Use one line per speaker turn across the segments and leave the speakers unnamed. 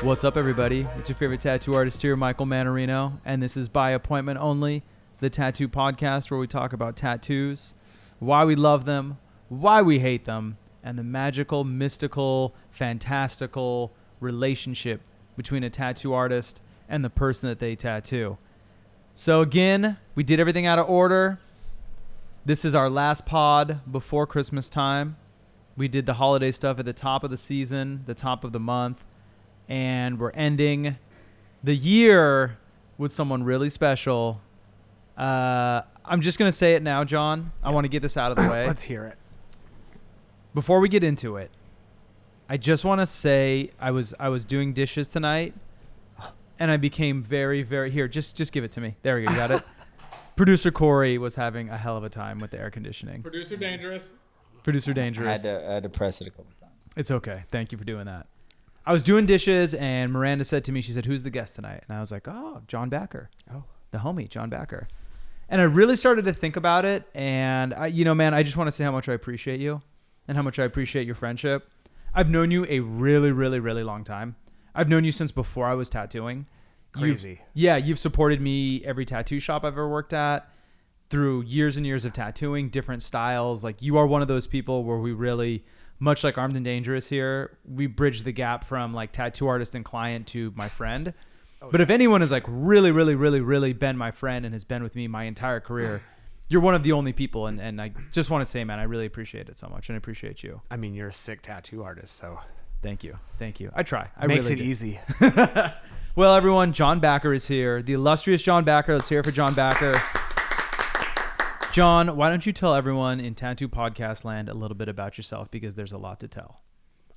What's up, everybody? It's your favorite tattoo artist here, Michael Manorino, and this is By Appointment Only, the tattoo podcast where we talk about tattoos, why we love them, why we hate them, and the magical, mystical, fantastical relationship between a tattoo artist and the person that they tattoo. So, again, we did everything out of order. This is our last pod before Christmas time. We did the holiday stuff at the top of the season, the top of the month and we're ending the year with someone really special. Uh, I'm just gonna say it now, John. I want to get this out of the way
Let's hear it.
before we get into it. I just want to say I was I was doing dishes tonight, and I became very very here. Just just give it to me. There we go. You got it. Producer Corey was having a hell of a time with the air conditioning.
Producer Dangerous.
Producer
I had,
Dangerous.
to, I had to press it a couple times.
It's okay. Thank you for doing that. I was doing dishes and Miranda said to me, she said, Who's the guest tonight? And I was like, Oh, John Backer. Oh. The homie, John Backer. And I really started to think about it. And I, you know, man, I just want to say how much I appreciate you and how much I appreciate your friendship. I've known you a really, really, really long time. I've known you since before I was tattooing. You've-
Crazy.
yeah, you've supported me every tattoo shop I've ever worked at through years and years of tattooing, different styles. Like you are one of those people where we really, much like Armed and Dangerous here, we bridge the gap from like tattoo artist and client to my friend.
Oh,
but if anyone is like really, really, really, really been my friend and has been with me my entire career, you're one of the only people. And, and I just want to say, man, I really appreciate it so much and I appreciate you.
I mean, you're a sick tattoo artist, so
Thank you. Thank you. I try. I
makes
really
it
do.
easy.
Well, everyone, John Backer is here. The illustrious John Backer. Let's hear it for John Backer. John, why don't you tell everyone in Tattoo Podcast Land a little bit about yourself because there's a lot to tell.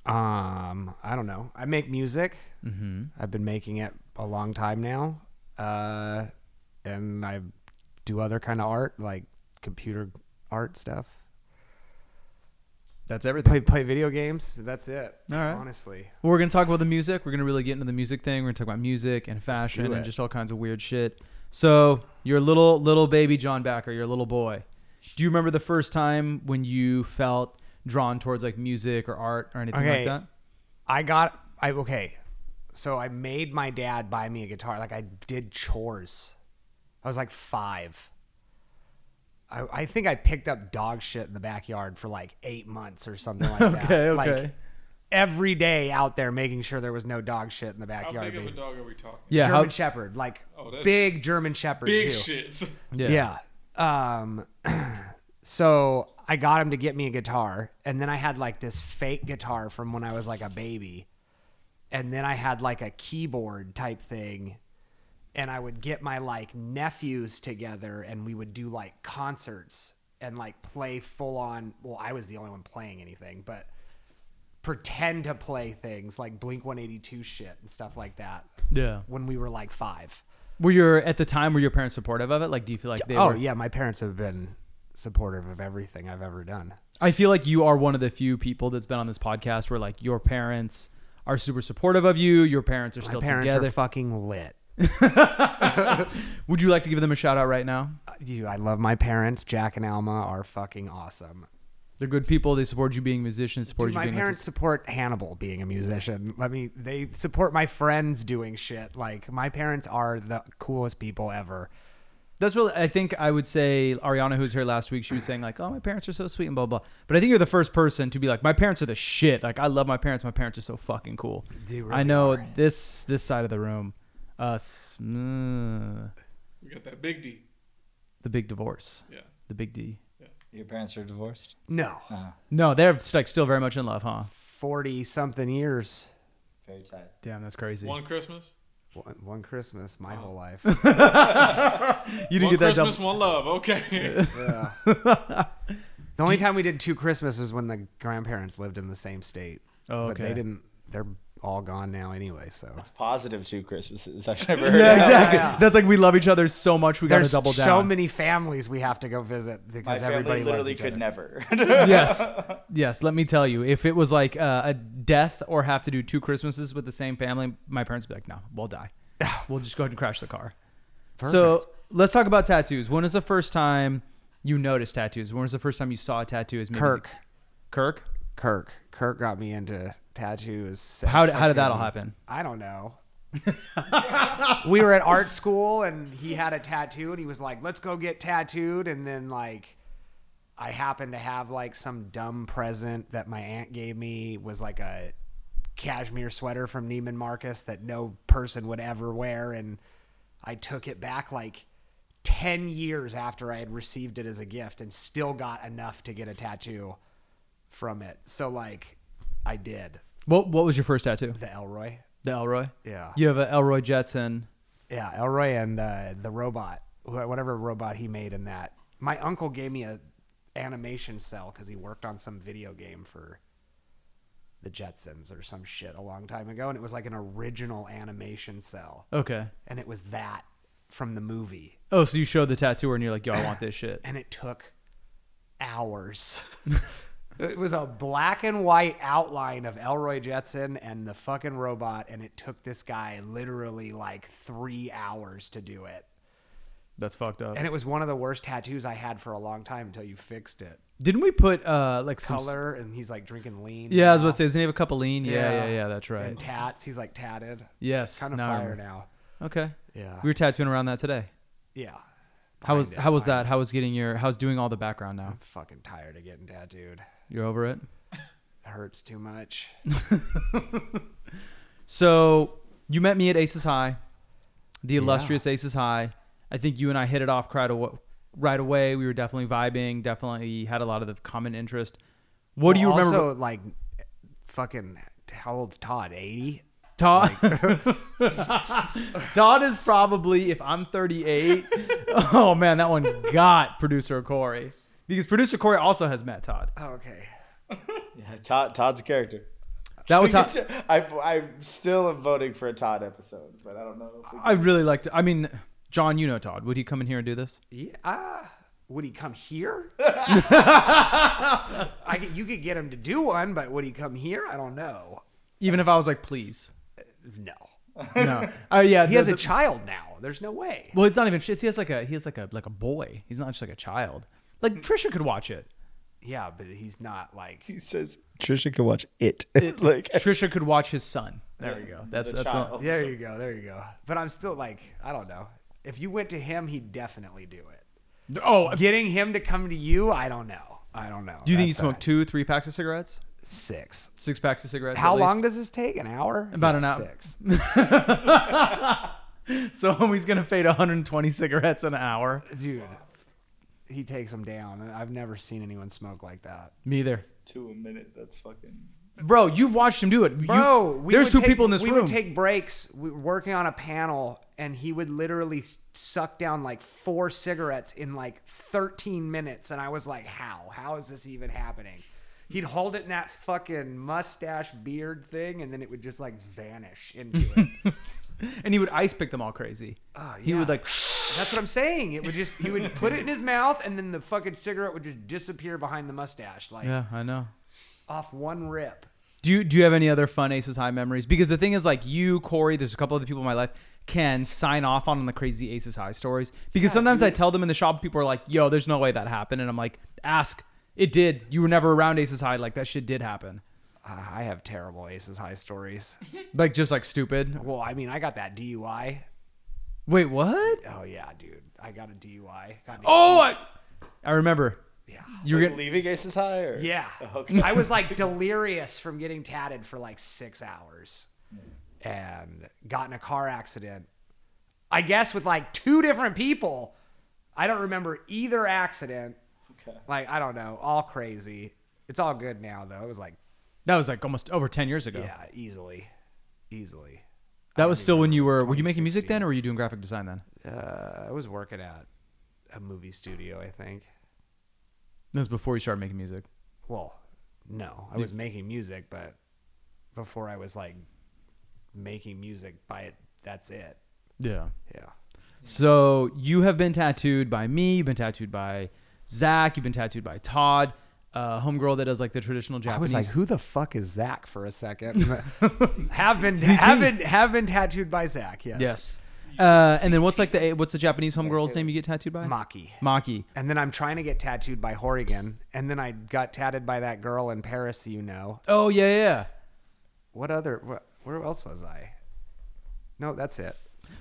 Um, I don't know. I make music. Mm-hmm. I've been making it a long time now, uh, and I do other kind of art, like computer art stuff.
That's everything.
Play play video games. That's it.
All right.
Honestly,
We're going to talk about the music. We're going to really get into the music thing. We're going to talk about music and fashion
do
and
it.
just all kinds of weird shit. So, you're a little little baby John Backer, you're a little boy. Do you remember the first time when you felt drawn towards like music or art or anything
Okay.
like that?
I got I okay. So I made my dad buy me a guitar. Like I did chores. I was like five. I, I think I picked up dog shit in the backyard for like eight months or something like that.
Okay,
Like
okay.
every day out there making sure there was no dog shit in the
How
backyard.
big of a
dude.
dog are we talking?
Yeah,
German
how,
Shepherd, like
Oh, that's-
big German Shepherd.
Big
too.
shits.
Yeah. Um, so I got him to get me a guitar, and then I had like this fake guitar from when I was like a baby, and then I had like a keyboard type thing, and I would get my like nephews together, and we would do like concerts and like play full on. Well, I was the only one playing anything, but pretend to play things like Blink 182 shit and stuff like that
Yeah.
when we were like five.
Were your at the time were your parents supportive of it? Like do you feel like they
oh
were
yeah, my parents have been supportive of everything I've ever done.
I feel like you are one of the few people that's been on this podcast where like your parents are super supportive of you. Your parents are
My
still
parents
together.
are fucking lit.
Would you like to give them a shout out right now?
Uh, Dude, I love my parents. Jack and Alma are fucking awesome.
They're good people. They support you being musicians. Support
Dude,
you
my
being
parents support Hannibal being a musician. Let me. They support my friends doing shit. Like my parents are the coolest people ever.
That's really. I think I would say Ariana, who was here last week, she was saying like, "Oh, my parents are so sweet and blah blah." But I think you're the first person to be like, "My parents are the shit." Like, I love my parents. My parents are so fucking cool.
They really
I know this this side of the room, us, mm,
We got that big D.
the big divorce,
Yeah.
the big D.
Your parents are divorced?
No,
Oh. No, they're like still very much in love, huh?
forty something years.
Very tight.
Damn, that's crazy.
One Christmas.
One, one Christmas, my whole life.
you
One
didn't get that
Christmas,
jump.
one love. Okay.
The only time we did two Christmases was when the grandparents lived in the same state.
Oh,
But
okay.
they didn't. They're all gone now anyway. So
It's positive two Christmases. I've never heard
Yeah,
of that.
exactly.
yeah.
That's like we love each other so much we
there's
gotta double down.
so many families we have to go visit
My
because everybody
family literally
loves each
could
other.
never.
yes, yes. Let me tell you, if it was like uh, a death or have to do two Christmases with the same family, my parents would be like, "No, we'll die. We'll just go ahead and crash the car." So let's talk about tattoos. When was the first time you noticed tattoos? When was the first time you saw tattoos? Maybe
Kirk.
it's- Kirk.
Kirk. Kirk got me into tattoos.
How did- how did that all
Fucking-
happen?
I don't know. we were at art school and he had a tattoo and he was like, let's go get tattooed. And then, like, I happened to have like some dumb present that my aunt gave me was like a cashmere sweater from Neiman Marcus that no person would ever wear. And I took it back like 10 years after I had received it as a gift and still got enough to get a tattoo from it. So, like, I did
What What was your first tattoo?
the Elroy.
The Elroy.
Yeah.
You have a Elroy Jetson.
Yeah, Elroy and uh, the robot, wh- whatever robot he made in that. My uncle gave me a animation cell because he worked on some video game for the Jetsons or some shit a long time ago, and it was like an original animation cell,
Okay.
and it was that from the movie,
Oh, so you showed the tattooer and you're like, "Yo, I want this shit."
and it took hours. it was a black and white outline of Elroy Jetson and the fucking robot, and it took this guy literally like three hours to do it.
That's fucked up.
And it was one of the worst tattoos I had for a long time until you fixed it.
Didn't we put uh like some?
Color, and he's like drinking lean.
Yeah, I was
now.
about to say, doesn't he have a cup of lean? Yeah, yeah, yeah. that's right.
And tats, he's like tatted.
yes.
Kind of
now I
fire
remember.
now.
Okay.
Yeah.
We were tattooing around that today.
yeah.
How was
Behind it,
how was
behind
that? How was getting your how's doing all the background now?
I'm fucking tired of getting tattooed.
You're over it.
It hurts too much.
So you met me at Aces High, the illustrious Aces High. I think you and I hit it off right away. Right away, we were definitely vibing. Definitely had a lot of the common interest. What do you
Well,
remember?
Also, like, fucking, how old's Todd? 80?
Todd. Todd is probably if I'm 38. oh man, that one got producer Corey because producer Corey also has met Todd.
Oh, okay.
Yeah, Todd, Todd's a character.
That was how
I, I'm still am voting for a Todd episode, but I don't know. If we
I really liked. I mean, John, you know Todd. Would he come in here and do this?
Yeah. Uh, would he come here? I could, you could get him to do one, but would he come here? I don't know.
Even if I was like, please,
No.
no. Oh yeah,
He has a child now. There's no way.
well, it's not even shit. He has like a he has like a like a boy. He's not just like a child. Like Trisha could watch it.
Yeah, but he's not like
He says Trisha can watch it. like
Trisha could watch his son. There we go. That's that's all.
child.
there you go, there you go. But I'm still like, I don't know. If you went to him, he'd definitely do it.
Oh,
Getting him to come to you, I don't know. I don't know.
do you think he
That's
smoked two, three packs of cigarettes,
a- six?
six packs of cigarettes?
How
at least?
long does this take? An hour?
About an hour.
Six.
So homie's gonna fade 120 cigarettes an hour.
Dude, he takes them down. I've never seen anyone smoke like that.
Me either,
Two a minute. That's fucking.
bro. You've watched him do it, You-
Bro, we
there's
would
two
take-
people in this
we
room.
would take breaks. We were working on a panel, and he would literally suck down like four cigarettes in like 13 minutes. And I was like, how? How is this even happening? He'd hold it in that fucking mustache beard thing, and then it would just like vanish into it. Uh,
and he would ice pick them all crazy. He
Oh, yeah.
would like.
That's what I'm saying. It would just, he would put it in his mouth, and then the fucking cigarette would just disappear behind the mustache, like
Yeah, I know.
off one rip.
Do you do you have any other fun Aces High memories? Because the thing is, like you, Corey, there's a couple other people in my life can sign off on the crazy Aces High stories. Because sometimes I tell them in the shop, people are like, "Yo, there's no way that happened," and I'm like, "Ask. It did. You were never around Aces High. Like that shit did happen.
Uh,
Ah,
I have terrible Aces High stories.
Like just like stupid.
Well, I mean, I got that DUI
Wait, what?
Oh yeah, dude. I got a DUI. Got me-
Oh, I, I remember.
yeah.
You're
Like,
getting
leaving aces high or
Yeah.
Okay.
I was like delirious from getting tatted for like six hours and got in a car accident. I guess with like two different people. I don't remember either accident.
Okay.
Like, I don't know. All crazy. It's all good now though. It was like
that was like almost over ten years ago.
yeah, easily. Easily.
that was still when you were. Were you making music then, or were you doing graphic design then?
Uh, I was working at a movie studio, I think.
That was before you started making music.
well, no, I was making music, but before I was like making music by it. That's it.
Yeah.
Yeah.
So you have been tattooed by me. You've been tattooed by Zach. You've been tattooed by Todd, uh, homegirl that does like the traditional
I
Japanese.
was like, who the fuck is Zach for a second? have been have been have been tattooed by Zach, yes.
yes. Uh, and then what's like the what's the Japanese homegirl's name you get tattooed by?
Maki.
Maki.
And then I'm trying to get tattooed by Horrigan. And then I got tatted by that girl in Paris, you know.
Oh yeah, yeah.
What other, what, where else was I? No, that's it.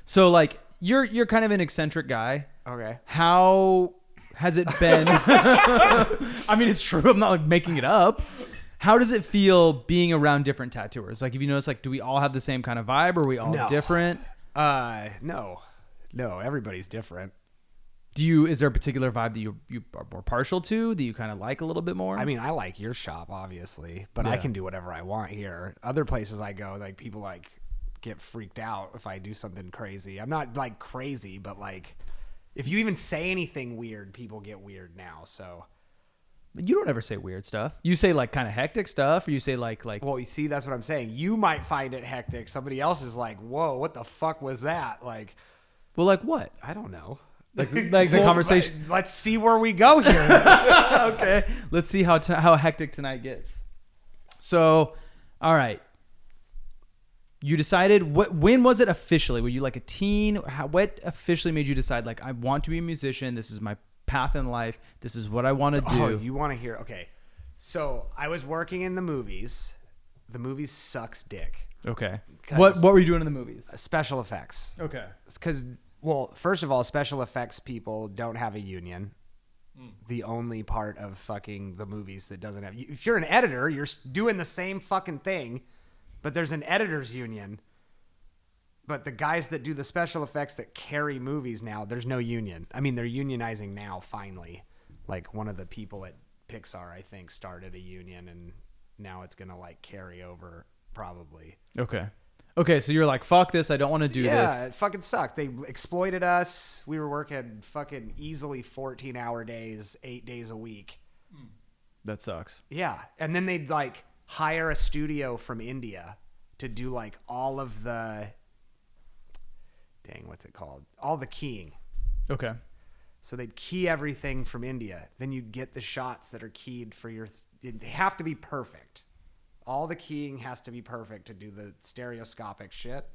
So like you're you're kind of an eccentric guy.
Okay.
How has it been? I mean, it's true. I'm not like making it up. How does it feel being around different tattooers? Like, if you notice, like, do we all have the same kind of vibe? Are we all
No.
different?
Uh, no, no, everybody's different.
Do you? Is there a particular vibe that you you are more partial to that you kind of like a little bit more?
I mean, I like your shop, obviously, but I
Yeah.
can do whatever I want here. Other places I go, like people like get freaked out if I do something crazy. I'm not like crazy, but like if you even say anything weird, people get weird now. So,
you don't ever say weird stuff. You say like kind of hectic stuff, or you say like like
well, you see, that's what I'm saying. You might find it hectic. Somebody else is like, "Whoa, what the fuck was that?" Like,
well, like what?
I don't know.
Like like the
Well,
conversation.
let- Let's see where we go here.
okay. Let's see how t- how hectic tonight gets. So, all right. You decided what? When was it officially? Were you like a teen? How, what officially made you decide like I want to be a musician? This is my path in life. This is what I want to do.
Oh, you want to hear? Okay, so I was working in the movies. The movies sucks dick.
okay.
'Cause-
What What were you doing in the movies?
Special effects.
Okay.
because well first of all special effects people don't have a union the only part of fucking the movies that doesn't have if you're an editor you're s- doing the same fucking thing but there's an editors union but the guys that do the special effects that carry movies now there's no union i mean they're unionizing now finally like one of the people at pixar i think started a union and now it's gonna like carry over probably
Okay. Okay. So you're like, fuck this. I don't want to do
yeah,
this.
it fucking sucked. They exploited us. We were working fucking easily 14 hour days, eight days a week.
That sucks.
Yeah. And then they'd like hire a studio from India to do like all of the dang, what's it called? All the keying.
Okay.
So they'd key everything from India. Then you'd get the shots that are keyed for your. Th- they have to be perfect. All the keying has to be perfect to do the stereoscopic shit.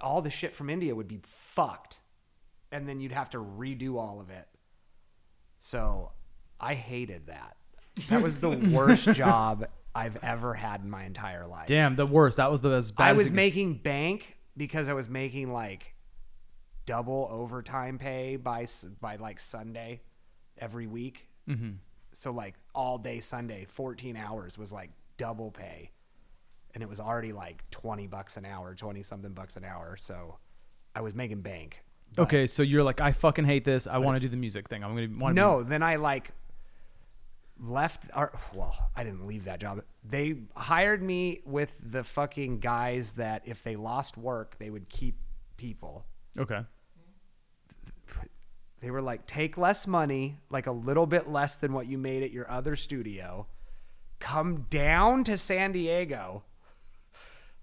All the shit from India would be fucked. And then you'd have to redo all of it. So I hated that. That was the worst job I've ever had in my entire life.
Damn, the worst. That was the as bad.
I
as
was
it-
making bank because I was making like double overtime pay by s- by like Sunday every week. Mm-hmm. So like all day Sunday, fourteen hours was like double pay, and it was already like twenty bucks an hour, twenty something bucks an hour. So I was making bank.
Okay, so you're like, I fucking hate this. I want to do the music thing. I'm gonna want
No, then I like left. Or, well, I didn't leave that job. They hired me with the fucking guys that if they lost work, they would keep people.
Be, okay.
They were like, take less money, like a little bit less than what you made at your other studio. Come down to San Diego.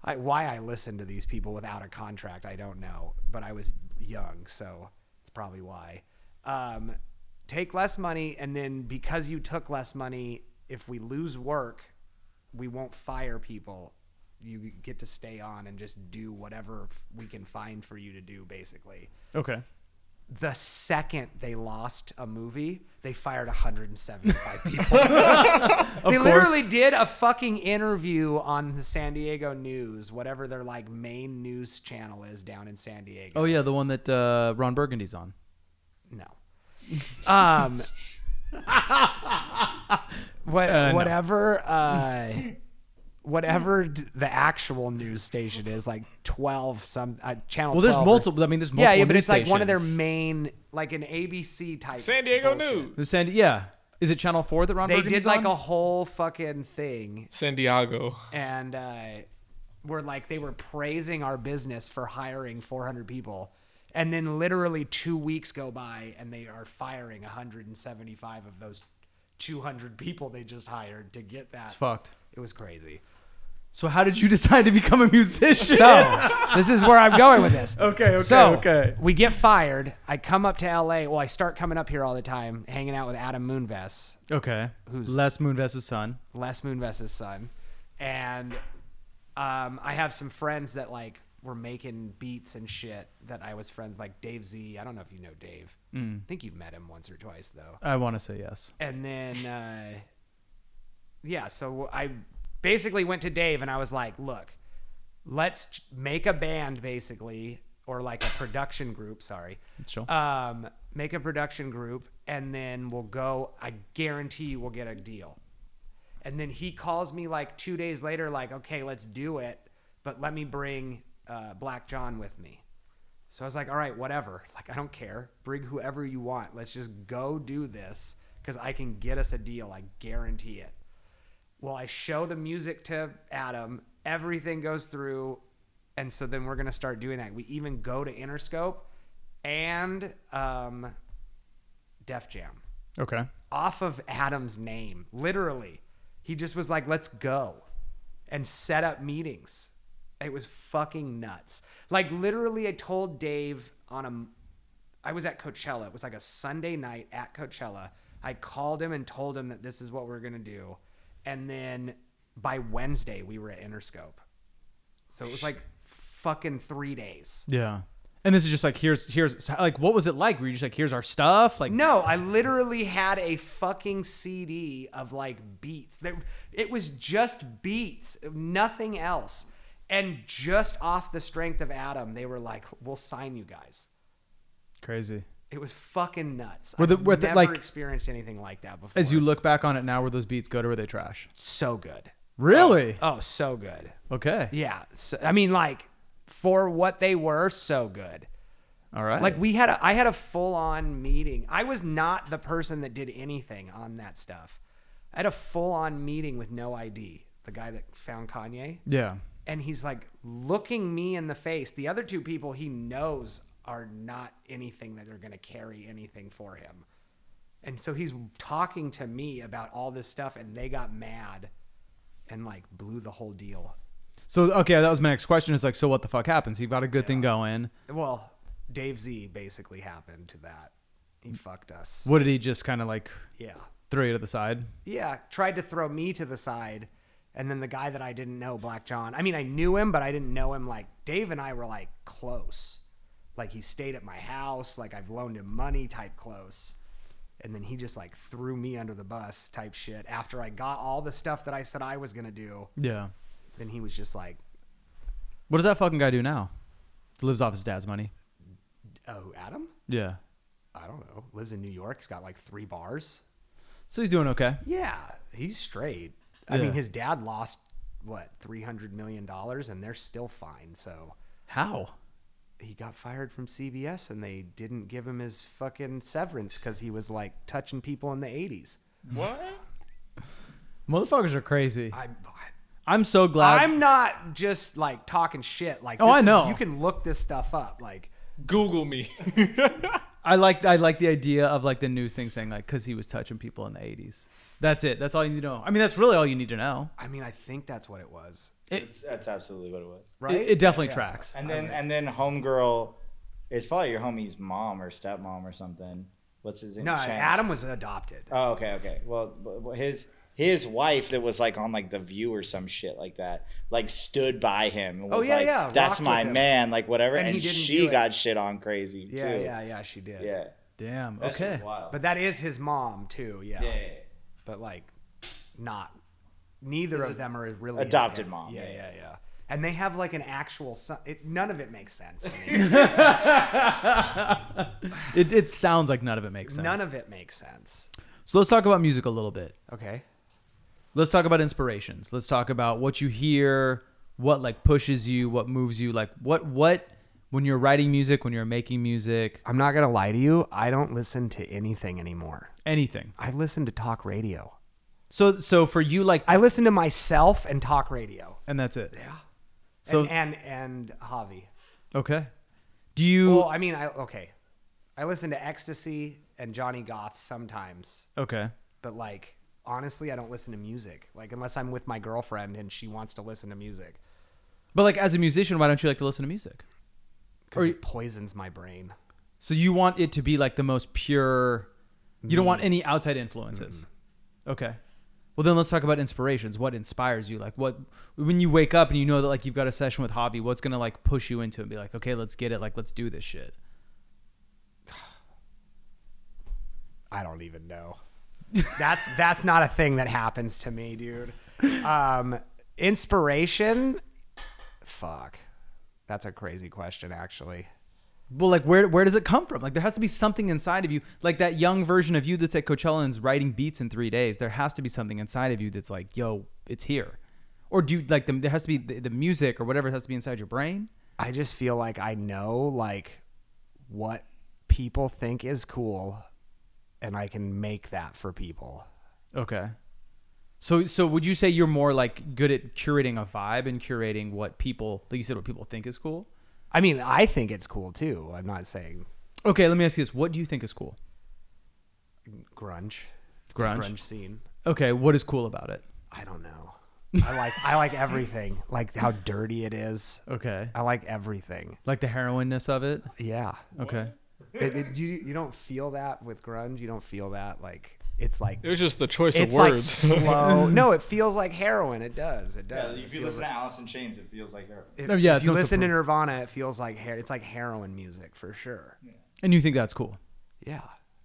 I, why I listened to these people without a contract, I don't know, but I was young, so it's probably why. Um, take less money, and then because you took less money, if we lose work, we won't fire people. You get to stay on and just do whatever f- we can find for you to do, basically
Okay.
the second they lost a movie, they fired 175 people. they
course.
literally did a fucking interview on the San Diego News, whatever their like main news channel is down in San Diego.
Oh yeah, the one that uh, Ron Burgundy's on.
No. Um what, whatever uh whatever d- the actual news station is like 12 some uh, channel
Well, there's
12 or-
multiple. I mean, there's multiple.
yeah, yeah, but
news
it's like one of their
stations.
main, like an ABC type.
San Diego
bullshit.
News.
The San. Yeah. Is it Channel Four that Ron
They
Burgundy's
did like a
on?
whole fucking thing,
San Diego.
and uh, were like they were praising our business for hiring 400 people, and then literally two weeks go by and they are firing 175 of those 200 people they just hired to get that.
It's fucked.
It was crazy.
So how did you decide to become a musician?
So this is where I'm going with this.
Okay, okay,
so,
okay.
We get fired. I come up to LA. Well, I start coming up here all the time, hanging out with Adam Moonves,
okay.
Who's-
Les Moonves' son?
Les Moonves' son, and um, I have some friends that like were making beats and shit that I was friends like Dave Z. I don't know if you know Dave. I think you've met him once or twice though.
I want to say yes.
and then uh, yeah so i basically went to dave and i was like look let's ch- make a band basically or like a production group sorry
Sure.
um, make a production group and then we'll go i guarantee you we'll get a deal and then he calls me like two days later like okay let's do it but let me bring uh, black john with me so I was like, all right, whatever. Like, I don't care. Bring whoever you want. Let's just go do this because I can get us a deal. I guarantee it. Well, I show the music to Adam. Everything goes through. And so then we're going to start doing that. We even go to Interscope and um, Def Jam
Okay.
off of Adam's name, literally. He just was like, let's go and set up meetings. It was fucking nuts. Like, literally, I told Dave on a. I was at Coachella. It was like a Sunday night at Coachella. I called him and told him that this is what we're going to do. And then by Wednesday, we were at Interscope. So it was like fucking three days.
Yeah. And this is just like here's here's so, like what was it like? Were you just like here's our stuff? Like
No, I literally had a fucking CD of like beats. There, it was just beats, nothing else. And just off the strength of Adam, they were like, "We'll sign you guys."
crazy.
It was fucking nuts.
Were the-
I've
were the-
never
like-
experienced anything like that before.
As you look back on it now, were those beats good or were they trash?
so good.
Really?
Oh, so good.
Okay.
Yeah. So, I mean, like for what they were, so good.
All right.
Like we had a I had a full on meeting. I was not the person that did anything on that stuff. I had a full on meeting with no ID, the guy that found Kanye.
yeah.
And he's like looking me in the face. The other two people he knows are not anything that are going to carry anything for him. And so he's talking to me about all this stuff and they got mad and like blew the whole deal.
So okay, that was my next question. Is like, so what the fuck happens? You've got a good thing going.
Well, Dave Z basically happened to that. He fucked us.
What did he just kind of like
Yeah.
throw you to the side?
yeah, tried to throw me to the side. And then the guy that I didn't know, Black John, I mean, I knew him, but I didn't know him. Like, Dave and I were like close. Like, he stayed at my house. Like, I've loaned him money type close. And then he just like threw me under the bus type shit after I got all the stuff that I said I was going to do.
Yeah.
Then he was just like,
What does that fucking guy do now? He lives off his dad's money.
oh, Adam?
Yeah.
I don't know. Lives in New York. He's got like three bars.
So he's doing okay.
Yeah, he's straight. I
Yeah.
mean, his dad lost what three hundred million dollars, and they're still fine. So
How?
he got fired from CBS, and they didn't give him his fucking severance because he was like touching people in the eighties.
What?
Motherfuckers are crazy.
I.
I'm so glad.
I'm not just like talking shit. Like,
Oh,
this
I
is-
know.
you can look this stuff up. Like,
Google me.
I like I like the idea of like the news thing saying like because he was touching people in the 80s. That's it. That's all you need to know. I mean, that's really all you need to know.
I mean, I think that's what it was,
It's, that's absolutely what it was.
Right?
right?
It, it definitely tracks.
And then and then homegirl is probably your homie's mom or stepmom or something. What's his name?
no,
Shannon.
Adam was adopted.
Oh, okay, okay. Well, b- b- his his wife that was like on like The View or some shit like that, like stood by him and
Oh,
was
yeah,
like,
yeah, rocked
"That's
with
my
him.
man," like whatever.
And
And,
he didn't do
she
it.
got shit on crazy
yeah,
too.
yeah, yeah. She did.
yeah.
Damn.
That shit's
Okay.
wild.
But that is his mom too. Yeah.
yeah, yeah.
but like not neither of them are really his
adopted
parent.
mom,
Yeah,
yeah.
yeah, yeah. And they have like an actual son. It, none of it makes sense. To me.
It, it sounds like none of it makes sense.
none of it makes sense.
so let's talk about music a little bit.
Okay.
Let's talk about inspirations. Let's talk about what you hear, what like pushes you, what moves you, like what what when you're writing music, when you're making music,
I'm not gonna lie to you. I don't listen to anything anymore.
anything.
I listen to talk radio.
So so for you like
I listen to myself and talk radio.
and that's it.
Yeah.
So-
So and and, and Javi.
Okay. Do you
Well, I mean, I okay. I listen to Ecstasy and Johnny Goth sometimes,
Okay.
but like honestly, I don't listen to music. Like unless I'm with my girlfriend and she wants to listen to music,
But like as a musician, why don't you like to listen to music?
because
Or-
it poisons my brain.
So you want it to be like the most pure. You don't want any outside influences. Okay. Well, then let's talk about inspirations. What inspires you? Like what when you wake up and you know that like you've got a session with hobby, what's gonna like push you into it and be like, okay, let's get it. Like let's do this shit.
I don't even know. That's that's not a thing that happens to me, dude. Um, inspiration. Fuck, that's a crazy question, actually.
Well, like where where does it come from? Like there has to be something inside of you, like that young version of you that's at Coachella and's writing beats in three days. There has to be something inside of you that's like, yo, it's here. Or do you, like the, there has to be the, the music or whatever has to be inside your brain?
I just feel like I know like what people think is cool, and I can make that for people.
Okay. So so would you say you're more like good at curating a vibe and curating what people like you said what people think is cool?
I mean, I think it's cool too. I'm not saying
Okay, let me ask you this. What do you think is cool?
grunge,
Grunge.
grunge scene.
Okay, what is cool about it?
I don't know. I like I like everything. Like how dirty it is.
Okay.
I like everything.
Like the heroinness of it?
Yeah.
Okay.
It- it- you you don't feel that with grunge. You don't feel that like it's like
It was just the choice
it's
of words.
like slow. no, it feels like heroin. It does. It
Yeah,
does. It
if you
feels
listen to Alice in Chains, it feels like they're.
If,
Oh, yeah,
if
it's
you
no
listen to
surprise.
Nirvana, it feels like hair. It's like heroin music for sure.
And you think that's cool?
Yeah,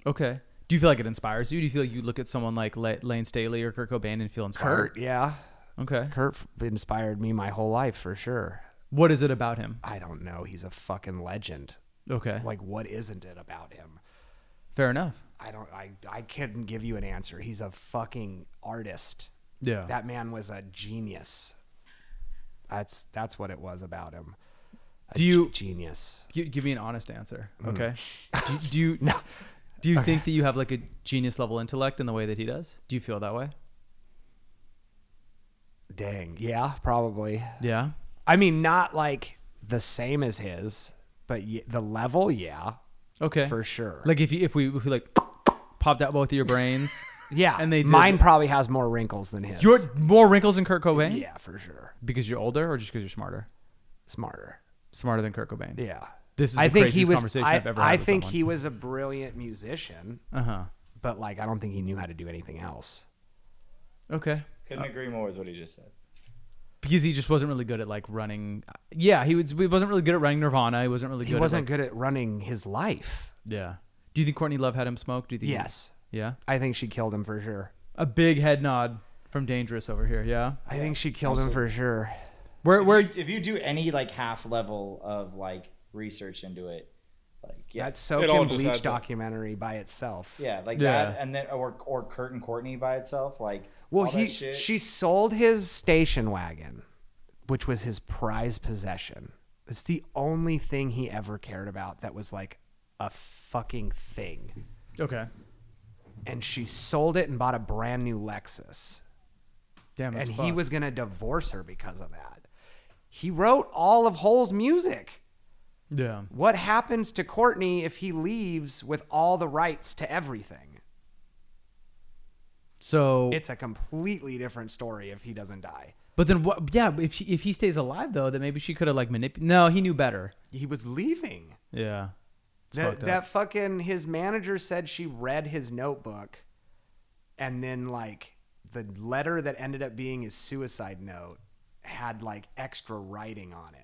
Okay. Do you feel like it inspires you? Do you feel like you look at someone like La- Lane Staley or Kurt Cobain and feel inspired?
Kurt. Yeah,
Okay.
Kurt f- inspired me my whole life for sure.
What is it about him?
I don't know. He's a fucking legend.
Okay.
Like, what isn't it about him?
Fair enough.
I don't. I I couldn't give you an answer. He's a fucking artist.
Yeah.
That man was a genius. That's that's what it was about him. A
Do you-
ge- genius?
Gi- give me an honest answer. Okay. do, do you do you think that you have like a genius level intellect in the way that he does? Do you feel that way?
Dang. Yeah, probably.
Yeah.
I mean, not like the same as his, but y- the level, yeah,
Okay.
for sure.
Like if you, if we if we like popped out both of your brains,
yeah,
and they did-
mine probably has more wrinkles than his.
you're more wrinkles than Kurt Cobain.
yeah, for sure,
Because you're older, or just because you're smarter?
smarter.
Smarter than Kurt Cobain.
Yeah,
This is
I
the
think
craziest
he was.
conversation
I,
I've ever
I
had with
think
someone.
he was a brilliant musician,
Uh huh.
but like I don't think he knew how to do anything else.
Okay.
Couldn't
uh,
agree more with what he just said.
Because he just wasn't really good at like running. Yeah, he was. He wasn't really good at running Nirvana. He wasn't really good.
He
at,
wasn't good at running his life.
like- yeah. Do you think Courtney Love had him smoke? Do you think?
Yes,
Yeah.
I think she killed him for sure.
A big head nod from Dangerous over here. Yeah.
I think she killed him for sure.
Where where
If you do any like half level of like research into it, like yeah,
That soaked
It all
and
just
bleach
adds up.
documentary by itself.
yeah, like
Yeah.
that, and then or or Kurt and Courtney by itself, like
Well,
all that
he
shit.
she sold his station wagon, which was his prized possession. It's the only thing he ever cared about that was like a fucking thing.
Okay.
And she sold it and bought a brand new Lexus.
Damn. That's
and he
fucked.
was going to divorce her because of that. He wrote all of Hole's music.
Yeah.
What happens to Courtney if he leaves with all the rights to everything?
So
It's a completely different story if he doesn't die.
But then what? Yeah, if she, if he stays alive though, then maybe she could have like manipulated. No, he knew better.
He was leaving.
Yeah. It's
That,
fucked up.
that fucking his manager said she read his notebook and then like the letter that ended up being his suicide note had like extra writing on it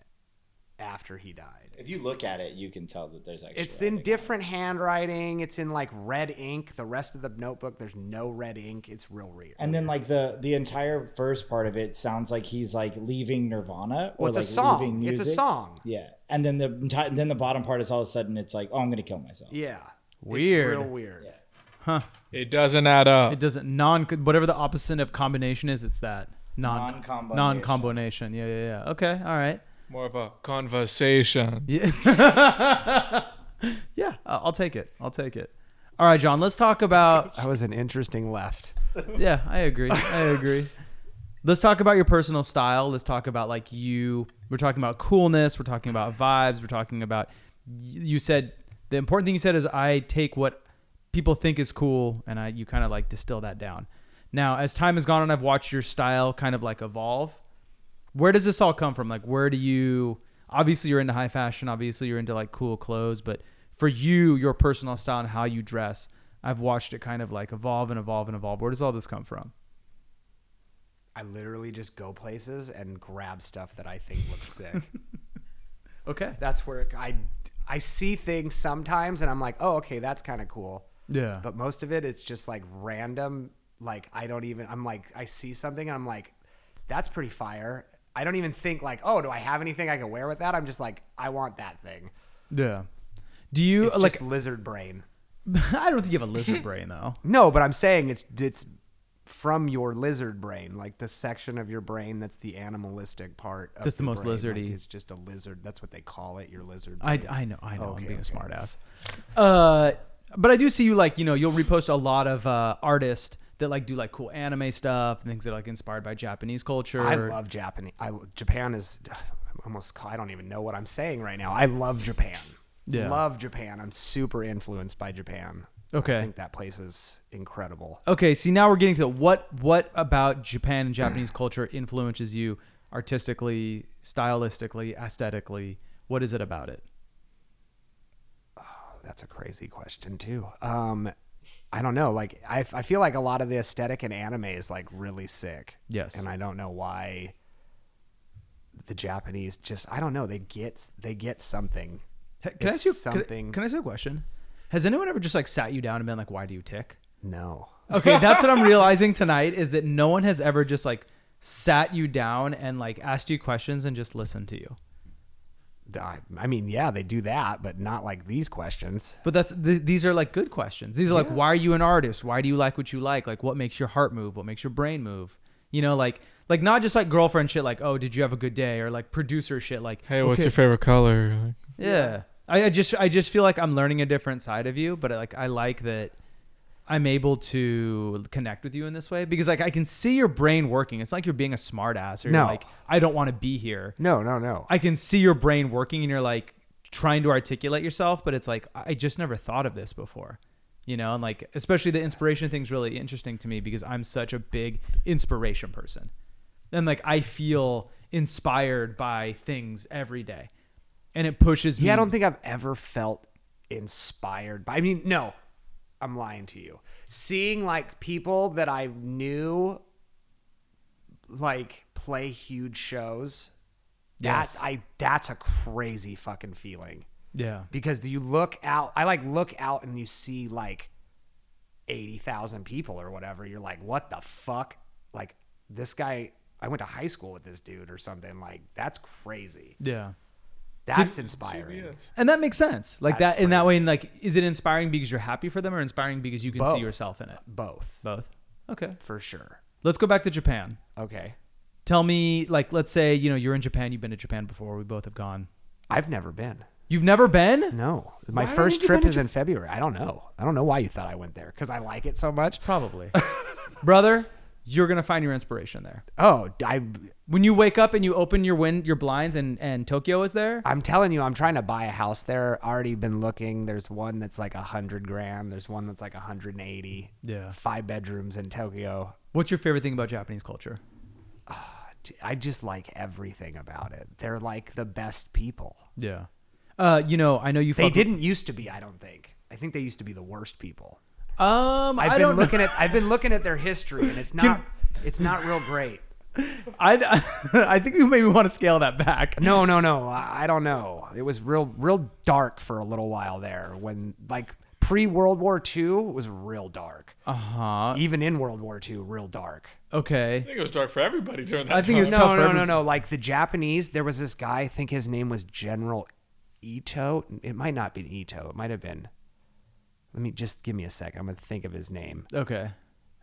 after he died.
if you look at it, you can tell that there's actually
It's in different handwriting, it's in like red ink. The rest of the notebook there's no red ink. It's real weird.
And then like the the entire first part of it sounds like he's like leaving Nirvana. Or
Well, it's a
like,
song.
leaving
It's a
music.
song.
Yeah, and then the enti- then the bottom part is all of a sudden it's like, oh, I'm gonna kill myself.
Yeah.
Weird.
It's real weird.
it doesn't add up.
it doesn't non whatever the opposite of combination is. It's that non
Non-combination.
non combination. Yeah, yeah, yeah. Okay, all right.
More of a conversation.
Yeah, I- I'll take it. I'll take it. All right, John. Let's talk about.
That was an interesting left.
Yeah, I agree. I agree. Let's talk about your personal style. Let's talk about like you. We're talking about coolness. We're talking about vibes. We're talking about. You said the important thing you said is I take what people think is cool and I you kind of like distill that down. Now, as time has gone on, I've watched your style kind of like evolve. Where does this all come from? Like, where do you? Obviously, you're into high fashion. Obviously, you're into like cool clothes. But for you, your personal style and how you dress, I've watched it kind of like evolve and evolve and evolve. Where does all this come from?
I literally just go places and grab stuff that I think looks sick.
Okay.
that's where I I see things sometimes and I'm like, "Oh, okay, that's kind of cool."
Yeah.
But most of it it's just like random like I don't even I'm like I see something and I'm like, "That's pretty fire." I don't even think like, "Oh, do I have anything I can wear with that?" I'm just like, "I want that thing."
Yeah. Do you
It's
like?
just lizard brain.
I don't think you have a lizard brain though.
No, but I'm saying it's it's from your lizard brain, like the section of your brain that's the animalistic part. Of
That's the most
brain, like,
lizardy.
it's just a lizard. That's what they call it. Your lizard.
I,
brain.
I know, I know. I'm
Okay,
being
okay.
a smartass. Uh, but I do see you like, you know, you'll repost a lot of uh, artists that like do like cool anime stuff and things that are like inspired by Japanese culture.
I love Japanese. I, Japan is I'm almost. I don't even know what I'm saying right now. I love Japan.
Yeah.
Love Japan. I'm super influenced by Japan.
Okay.
I think that place is incredible.
okay, see now we're getting to what what about Japan and Japanese culture influences you artistically, stylistically, aesthetically? What is it about it?
that's a crazy question too. Um, I don't know. Like I, I feel like a lot of the aesthetic in anime is like really sick.
Yes.
and I don't know why the Japanese just I don't know they get they get something.
Hey, Can
It's
I ask you can-
something?
Can, I ask you a question? Has anyone ever just like sat you down and been like, "Why do you tick?"
no,
Okay, that's what I'm realizing tonight is that no one has ever just like sat you down and like asked you questions and just listened to you.
I, I mean yeah they do that, but not like these questions.
But that's th- these are like good questions. These are like why are you an artist? Why do you like what you like? Like what makes your heart move? What makes your brain move? You know, like like not just like girlfriend shit like, "Oh, did you have a good day?" or like producer shit like,
Hey, what's
okay,
your favorite color? Like,
Yeah. I, I just I just feel like I'm learning a different side of you, but like I like that I'm able to connect with you in this way because like I can see your brain working. It's like you're being a smartass or you're
No.
like I don't want to be here.
No no no.
I can see your brain working and you're like trying to articulate yourself, but it's like I just never thought of this before. You know, and like especially the inspiration thing's really interesting to me because I'm such a big inspiration person. And like I feel inspired by things every day. And it pushes me
Yeah, I don't think I've ever felt inspired by. I mean, no, I'm lying to you. Seeing like people that I knew like play huge shows.
Yes.
That I that's a crazy fucking feeling
Yeah.
because you look out I like look out and you see like 80,000 people or whatever you're like what the fuck like this guy I went to high school with this dude or something like that's crazy
Yeah.
that's inspiring
And that makes sense. Like
That's
that in that way and like is it inspiring because you're happy for them or inspiring because you can see
Both.
yourself in it?
both
Both. Okay.
for sure.
Let's go back to Japan.
Okay.
Tell me like let's say, you know, you're in Japan, you've been to Japan before, we both have gone.
I've never been.
You've never been?
No. My
Why don't
first
you
trip
been to
is in February. I don't know. I don't know why you thought I went there because I like it so much.
Probably. Brother, you're going to find your inspiration there.
Oh, I,
When you wake up and you open your wind, your blinds and and Tokyo is there?
I'm telling you, I'm trying to buy a house there. Already been looking. There's one that's like a hundred grand. There's one that's like a 180.
Yeah.
Five bedrooms in Tokyo.
What's your favorite thing about Japanese culture?
I just like everything about it. They're like the best people.
Yeah. Uh, you know, I know you
They
fuck with-
didn't used to be. I don't think. I think they used to be the worst people.
Um,
I've
I
been
don't know.
looking at. I've been looking at their history, and it's not. it's not real great.
I, I think we maybe want to scale that back.
No, no, no. I, I don't know. It was real, real dark for a little while there when, like, pre World War II was real dark.
Uh huh.
Even in World War II, real dark.
Okay.
I think it was dark for everybody during that
I think it was
time.
tough
No,
for
no, no,
every-
no. Like the Japanese, there was this guy. I think his name was General Ito. It might not been Ito. It might have been. Let me just give me a second. I'm gonna think of his name.
Okay.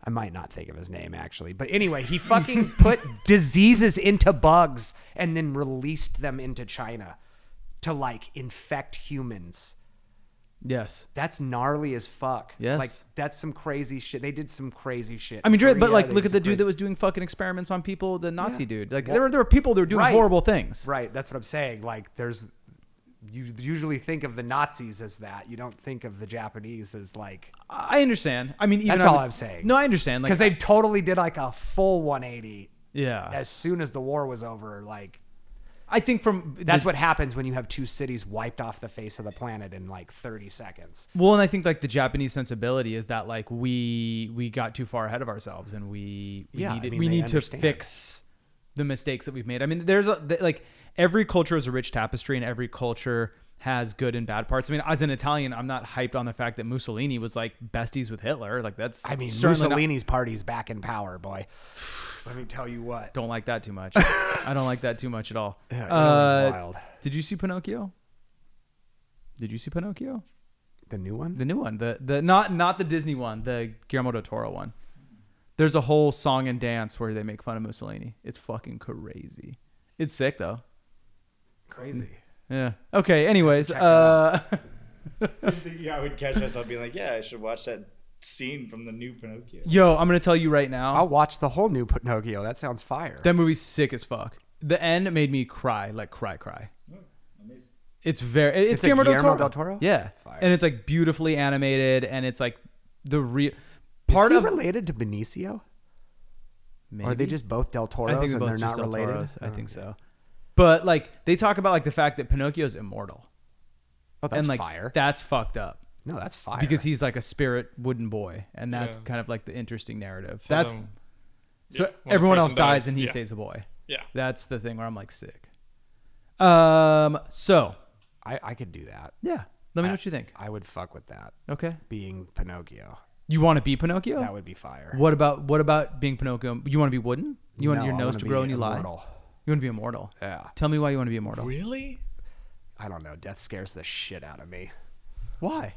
I might not think of his name actually, but anyway, he fucking put diseases into bugs and then released them into China to like infect humans.
Yes.
That's gnarly as fuck.
Yes.
like that's some crazy shit. They did some crazy shit.
I mean, dr- but
Korea,
like,
they
look
did
at the dude
some crazy-
that was doing fucking experiments on people, the Nazi dude. Like, there were there were people that were doing
Right.
horrible things.
right. That's what I'm saying. Like, there's you usually think of the Nazis as that. You don't think of the Japanese as like
I understand. I mean, even
That's
I
all
would-
I'm saying.
No, I understand. Like,
because they totally did like a full 180
yeah,
as soon as the war was over. Like
I think from
that's what happens when you have two cities wiped off the face of the planet in like 30 seconds.
Well, and I think like the Japanese sensibility is that like we we got too far ahead of ourselves, and we we
Yeah, I
need,
mean,
we
they
need to
understand.
fix the mistakes that we've made. I mean, there's a th- like every culture is a rich tapestry, and every culture has good and bad parts. I mean, as an Italian, I'm not hyped on the fact that Mussolini was like besties with Hitler. Like that's
I mean,
certainly not-
Mussolini's party's back in power, boy. Let me tell you what.
don't like that too much. I don't like that too much at all.
Yeah, Hitler's
Uh,
wild.
Did you see Pinocchio? Did you see Pinocchio?
The new one?
The new one, the the not not the Disney one, the Guillermo del Toro one. There's a whole song and dance where they make fun of Mussolini. It's fucking crazy. It's sick though.
Crazy.
Yeah. Okay. Anyways, uh,
yeah, I would catch myself being like, yeah, I should watch that scene from the new Pinocchio.
yo, I'm gonna tell you right now.
I'll watch the whole new Pinocchio. That sounds fire.
That movie's sick as fuck. The end made me cry, like cry, cry.
amazing.
It's very. It's,
a
Guillermo,
Guillermo
del, Toro.
del Toro?
Yeah,
Fire.
and it's like beautifully animated, and it's like the real
Is
part
he
of.
related to Benicio?
Maybe?
Or are they just both Del Toros
I think
and
both
they're
just
not
Del
related?
Toros. I
Oh.
think so. But like they talk about like the fact that Pinocchio's immortal.
Oh, that's
and like
fire.
that's fucked up
no, that's fire.
because he's like a spirit wooden boy, and that's
Yeah.
kind of like the interesting narrative.
So
that's
then-
so
yeah, one
everyone
person
else dies,
dies.
and he
Yeah.
stays a boy.
Yeah.
That's the thing where I'm like sick. Um. So
I, I could do that.
yeah, let me know what you think.
I would fuck with that.
Okay.
Being Pinocchio.
You want to be Pinocchio?
That would be fire.
What about what about being Pinocchio? You want to be wooden? You want
No,
your
I
nose
wanna
to
be
grow and you lie?
immortal.
You want to be immortal?
Yeah.
Tell me why you want to be immortal.
Really?
I don't know. Death scares the shit out of me.
Why?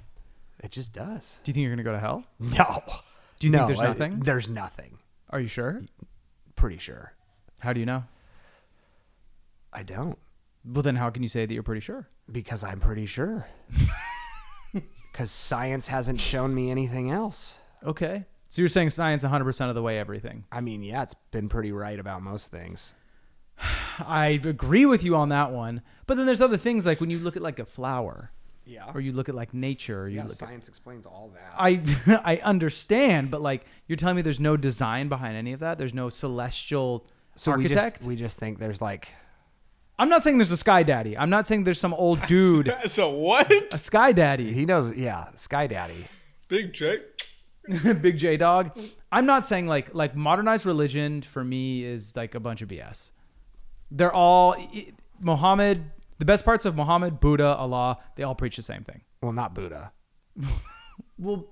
It just does.
Do you think you're gonna go to hell?
No.
Do you think
No,
there's
I-
nothing?
there's nothing.
Are you sure?
Pretty sure.
How do you know?
I don't
Well, then how can you say that you're pretty sure?
because I'm pretty sure. Because science hasn't shown me anything else.
Okay. So you're saying science 100% of the way everything.
I mean, yeah, it's been pretty right about most things.
I agree with you on that one. But then there's other things like when you look at like a flower
Yeah.
or you look at like nature or you
yeah,
look at
science explains all that.
I I understand, but like you're telling me there's no design behind any of that. There's no celestial
so we
architect.
just we just think there's like
I'm not saying there's a sky daddy. I'm not saying there's some old dude,
So what?
a sky daddy,
he knows yeah Sky Daddy.
Big trick.
Big J Dog. I'm not saying like like modernized religion for me is like a bunch of BS. They're all e, Muhammad. The best parts of Muhammad, Buddha, Allah, they all preach the same thing.
Well, not Buddha.
Well,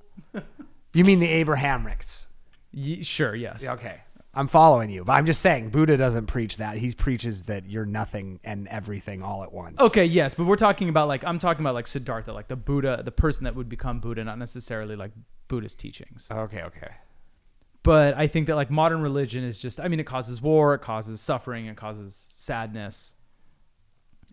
You mean the Abrahamics?
y- sure, yes.
Okay. I'm following you, but I'm just saying Buddha doesn't preach that. He preaches that you're nothing and everything all at once.
Okay, yes, but we're talking about like I'm talking about like Siddhartha, like the Buddha, the person that would become Buddha, not necessarily like Buddhist teachings.
Okay, okay.
but I think that like modern religion is just I mean it causes war, it causes suffering, it causes sadness.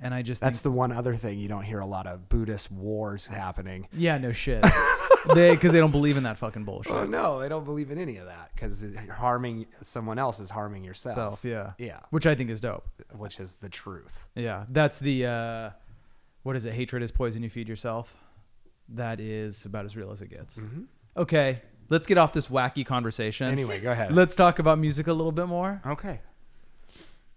And I just
That's
think,
the one other thing you don't hear a lot of Buddhist wars happening.
yeah, no shit. they cuz they don't believe in that fucking bullshit.
no, they don't believe in any of that because harming someone else is harming yourself.
Self, yeah.
Yeah.
Which I think is dope.
Which is the truth.
Yeah. That's the uh what is it? Hatred is poison you feed yourself. That is about as real as it gets. Okay. Let's get off this wacky conversation.
Mm-hmm. Anyway, go ahead.
Let's talk about music a little bit more.
Okay.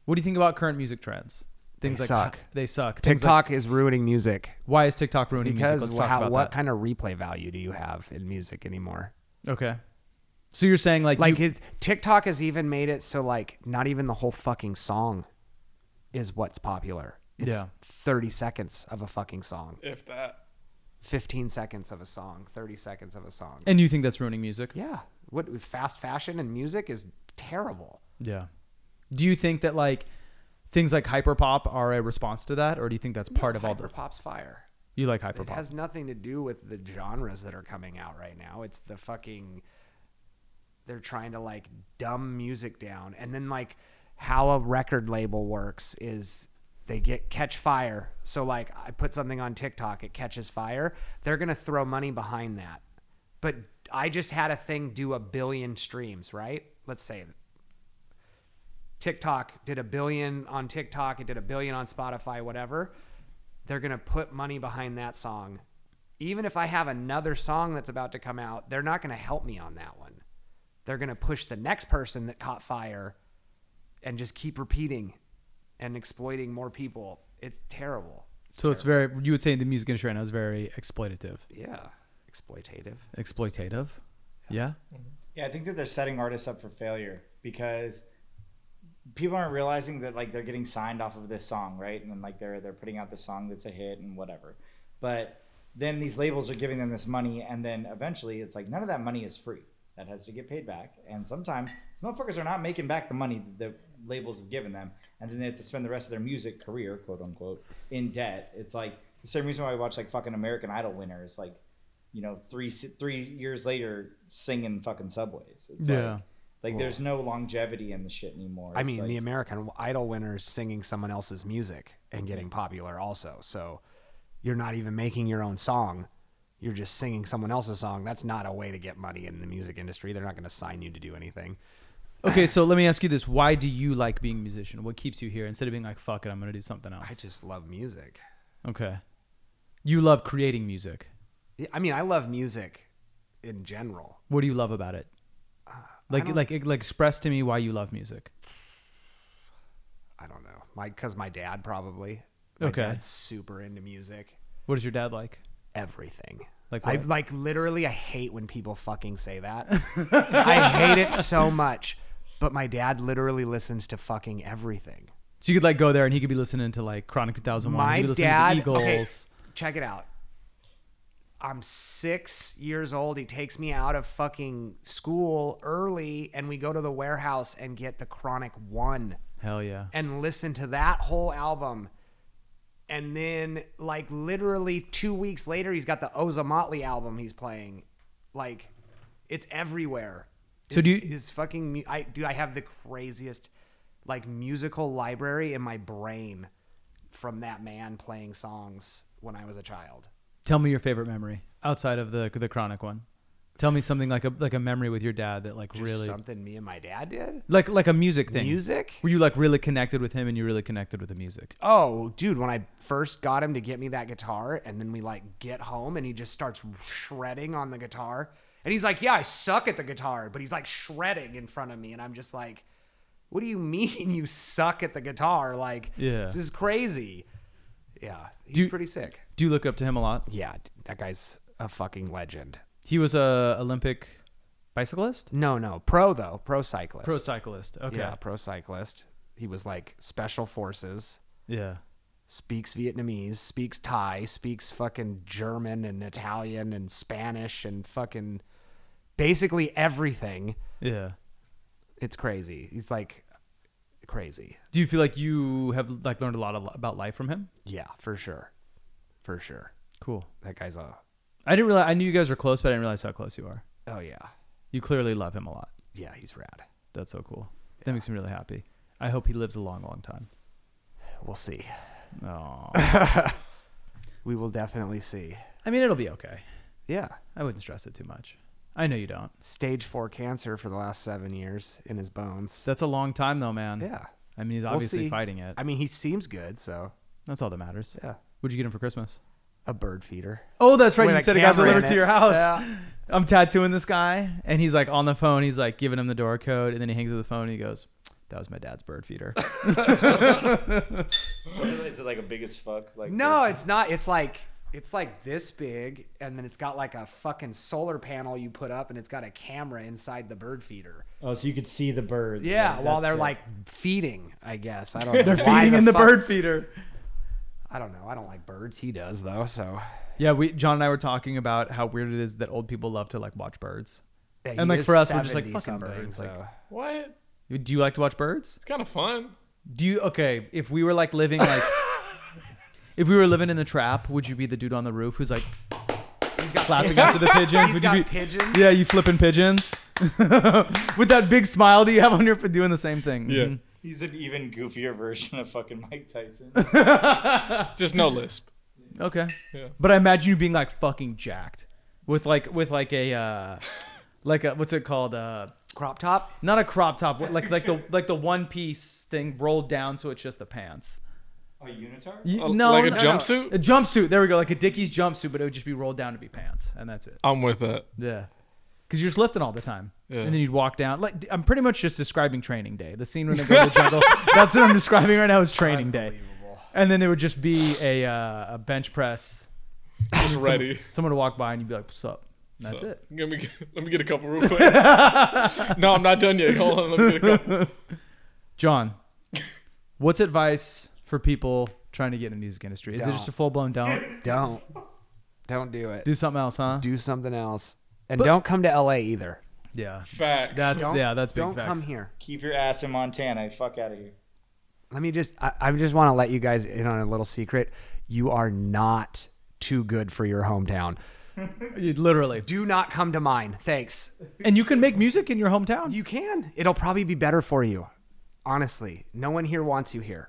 What do you think about current music trends? Things like
suck.
They suck. Things like-
TikTok is ruining music
why is TikTok ruining music?
because
Let's talk
how-
about
what
that.
kind of replay value do you have in music anymore?
Okay. So you're saying like,
Like
you,
it, TikTok has even made it so like not even the whole fucking song is what's popular. It's
Yeah.
30 seconds of a fucking song,
If that.
15 seconds of a song, 30 seconds of a song.
and you think that's ruining music?
yeah. What fast fashion and music is terrible.
Yeah. Do you think that like things like hyperpop are a response to that, or do you think that's part of all the
pop's fire.
you like
It
hyperpop?
has nothing to do with the genres that are coming out right now. It's the fucking they're trying to like dumb music down. And then like how a record label works is they get catch fire. So like I put something on TikTok, it catches fire. They're going to throw money behind that. But I just had a thing do a billion streams, right? Let's say TikTok did a billion on TikTok, it did a billion on Spotify, whatever. they're gonna put money behind that song. Even if I have another song that's about to come out, they're not gonna help me on that one. They're gonna push the next person that caught fire and just keep repeating and exploiting more people. It's terrible.
So it's very you would say the music industry right now is very exploitative.
Yeah. Exploitative.
Exploitative. Yeah.
Yeah, I think that they're setting artists up for failure because people aren't realizing that like they're getting signed off of this song, right? And then like they're they're putting out the song that's a hit and whatever. But then these labels are giving them this money, and then eventually it's like none of that money is free. That has to get paid back. And sometimes these motherfuckers are not making back the money that the labels have given them, and then they have to spend the rest of their music career, quote unquote, in debt. It's like the same reason why we watch like fucking American Idol winners, like you know, three three years later singing fucking subways. It's
Yeah.
like like there's no longevity in the shit anymore.
I
It's
mean,
like,
the American Idol winners singing someone else's music
Mm-hmm.
and getting popular also. So you're not even making your own song. You're just singing someone else's song. That's not a way to get money in the music industry. They're not going to sign you to do anything.
Okay, so let me ask you this: Why do you like being a musician? What keeps you here instead of being like, "Fuck it, I'm gonna do something else"?
I just love music.
okay. You love creating music.
Yeah, I mean, I love music in general.
What do you love about it? Like,
Uh, don't-
like, like, express to me why you love music.
I don't know. My cuz my dad probably. My
Okay.
Dad's super into music.
What is your dad like?
everything.
Like
I
what?
like literally I hate when people fucking say that. I hate it so much. But my dad literally listens to fucking everything.
So you could like go there and he could be listening to like Chronic 2001.
My
he could be listening
dad
to the Eagles.
okay, check it out. I'm 6 years old. He takes me out of fucking school early and we go to the warehouse and get the Chronic 1
Hell yeah.
and listen to that whole album. And then, like, literally two weeks later, he's got the Oza Motley album he's playing. Like, it's everywhere.
So
His-
do you-
his fucking mu- I do I have the craziest like musical library in my brain from that man playing songs when I was a child.
Tell me your favorite memory outside of the the Chronic one. Tell me something like a like a memory with your dad that like
Just
really
something me and my dad did.
like like a music thing.
Music?
Were you like really connected with him and you really connected with the music?
oh dude when i first got him to get me that guitar and then we like get home and he just starts shredding on the guitar and he's like yeah i suck at the guitar but he's like shredding in front of me and i'm just like what do you mean you suck at the guitar like
Yeah.
this is crazy yeah he's
Do-
pretty sick
Do you look up to him a lot?
yeah that guy's a fucking legend
He was a Olympic bicyclist,
no no pro though pro cyclist
pro cyclist. Okay,
yeah pro cyclist he was like special forces
yeah.
speaks Vietnamese, speaks Thai, speaks fucking German and Italian and Spanish and fucking basically everything.
yeah.
It's crazy. He's like crazy.
Do you feel like you have like learned a lot al- about life from him?
Yeah, for sure. For sure.
Cool.
That guy's a
I didn't realize I knew you guys were close, but I didn't realize how close you are.
Oh yeah.
You clearly love him a lot.
Yeah, he's rad.
That's so cool. That makes me really happy. I hope he lives a long, long time.
We'll see.
Oh.
We will definitely see.
I mean, it'll be okay.
Yeah.
I wouldn't stress it too much. I know you don't.
Stage 4 cancer for the last 7 years in his bones.
That's a long time though, man.
Yeah.
I mean, he's
We'll
obviously
see.
fighting it.
I mean, he seems good, so
That's all that matters.
yeah.
What'd you get him for Christmas?
A bird feeder.
Oh, that's right.
With
you
a
said it got
camera in
delivered to
it.
your house.
Yeah.
I'm tattooing this guy, and he's like on the phone. He's like giving him the door code, and then he hangs up the phone. and He goes, "That was my dad's bird feeder."
Is it like a big as fuck? Like
No, it's not. It's like it's like this big, and then it's got like a fucking solar panel you put up, and it's got a camera inside the bird feeder.
Oh, so you could see the birds.
Yeah, while
that's
they're
it.
like feeding, I guess. I don't. know
They're
why
feeding in the
fuck-
bird feeder.
I don't know. I don't like birds. He does though. So
Yeah, we John and I were talking about how weird it is that old people love to like watch birds.
Yeah, he
And, like,
is
for us, we're just like,
70
fucking
something,
birds, like-
so-
What?
Do you like to watch birds?
It's kind of fun.
Do you? Okay, if we were like living like, if we were living in the trap, would you be the dude on the roof who's like
he's got
clapping after the pigeons?
He's
would
got
you be,
pigeons.
Yeah, you flipping pigeons with that big smile that you have on your doing the same thing.
Yeah.
Mhm.
he's an even goofier version of fucking Mike Tyson.
Just no lisp.
Okay.
Yeah.
But I imagine you being like fucking jacked with like with like a uh like a what's it called uh
crop top.
not a crop top what- like like the like the one piece thing rolled down so it's just the pants.
A unitard?
You-
Uh,
no,
like a
no, no.
jumpsuit?
A jumpsuit. There we go. Like a Dickies jumpsuit, but it would just be rolled down to be pants, and that's it.
I'm with that.
Yeah. Because you're just lifting all the time,
Yeah.
and then you'd walk down. Like d- I'm pretty much just describing training day. The scene when they go to the jungle. That's what I'm describing right now is training day. And then it would just be a uh, a bench press.
Just ready.
Someone to walk by and you'd be like, "What's up?" And that's
So,
it.
Let me get, let me get a couple real quick. no, I'm not done yet. Hold on, let me get a couple.
John, what's advice for people trying to get in the music industry? Is it just a full blown don't?
Don't. Don't do it.
Do something else, huh?
Do something else. And don't come to LA either.
yeah.
Facts.
That's
Don't-
yeah. That's big
Don't
facts.
come here.
Keep your ass in Montana. Fuck out of here.
Let me just, I, I just want to let you guys in on a little secret. You are not too good for your hometown.
You- Literally.
Do not come to mine. Thanks.
And you can make music in your hometown.
You can. It'll probably be better for you. Honestly, no one here wants you here.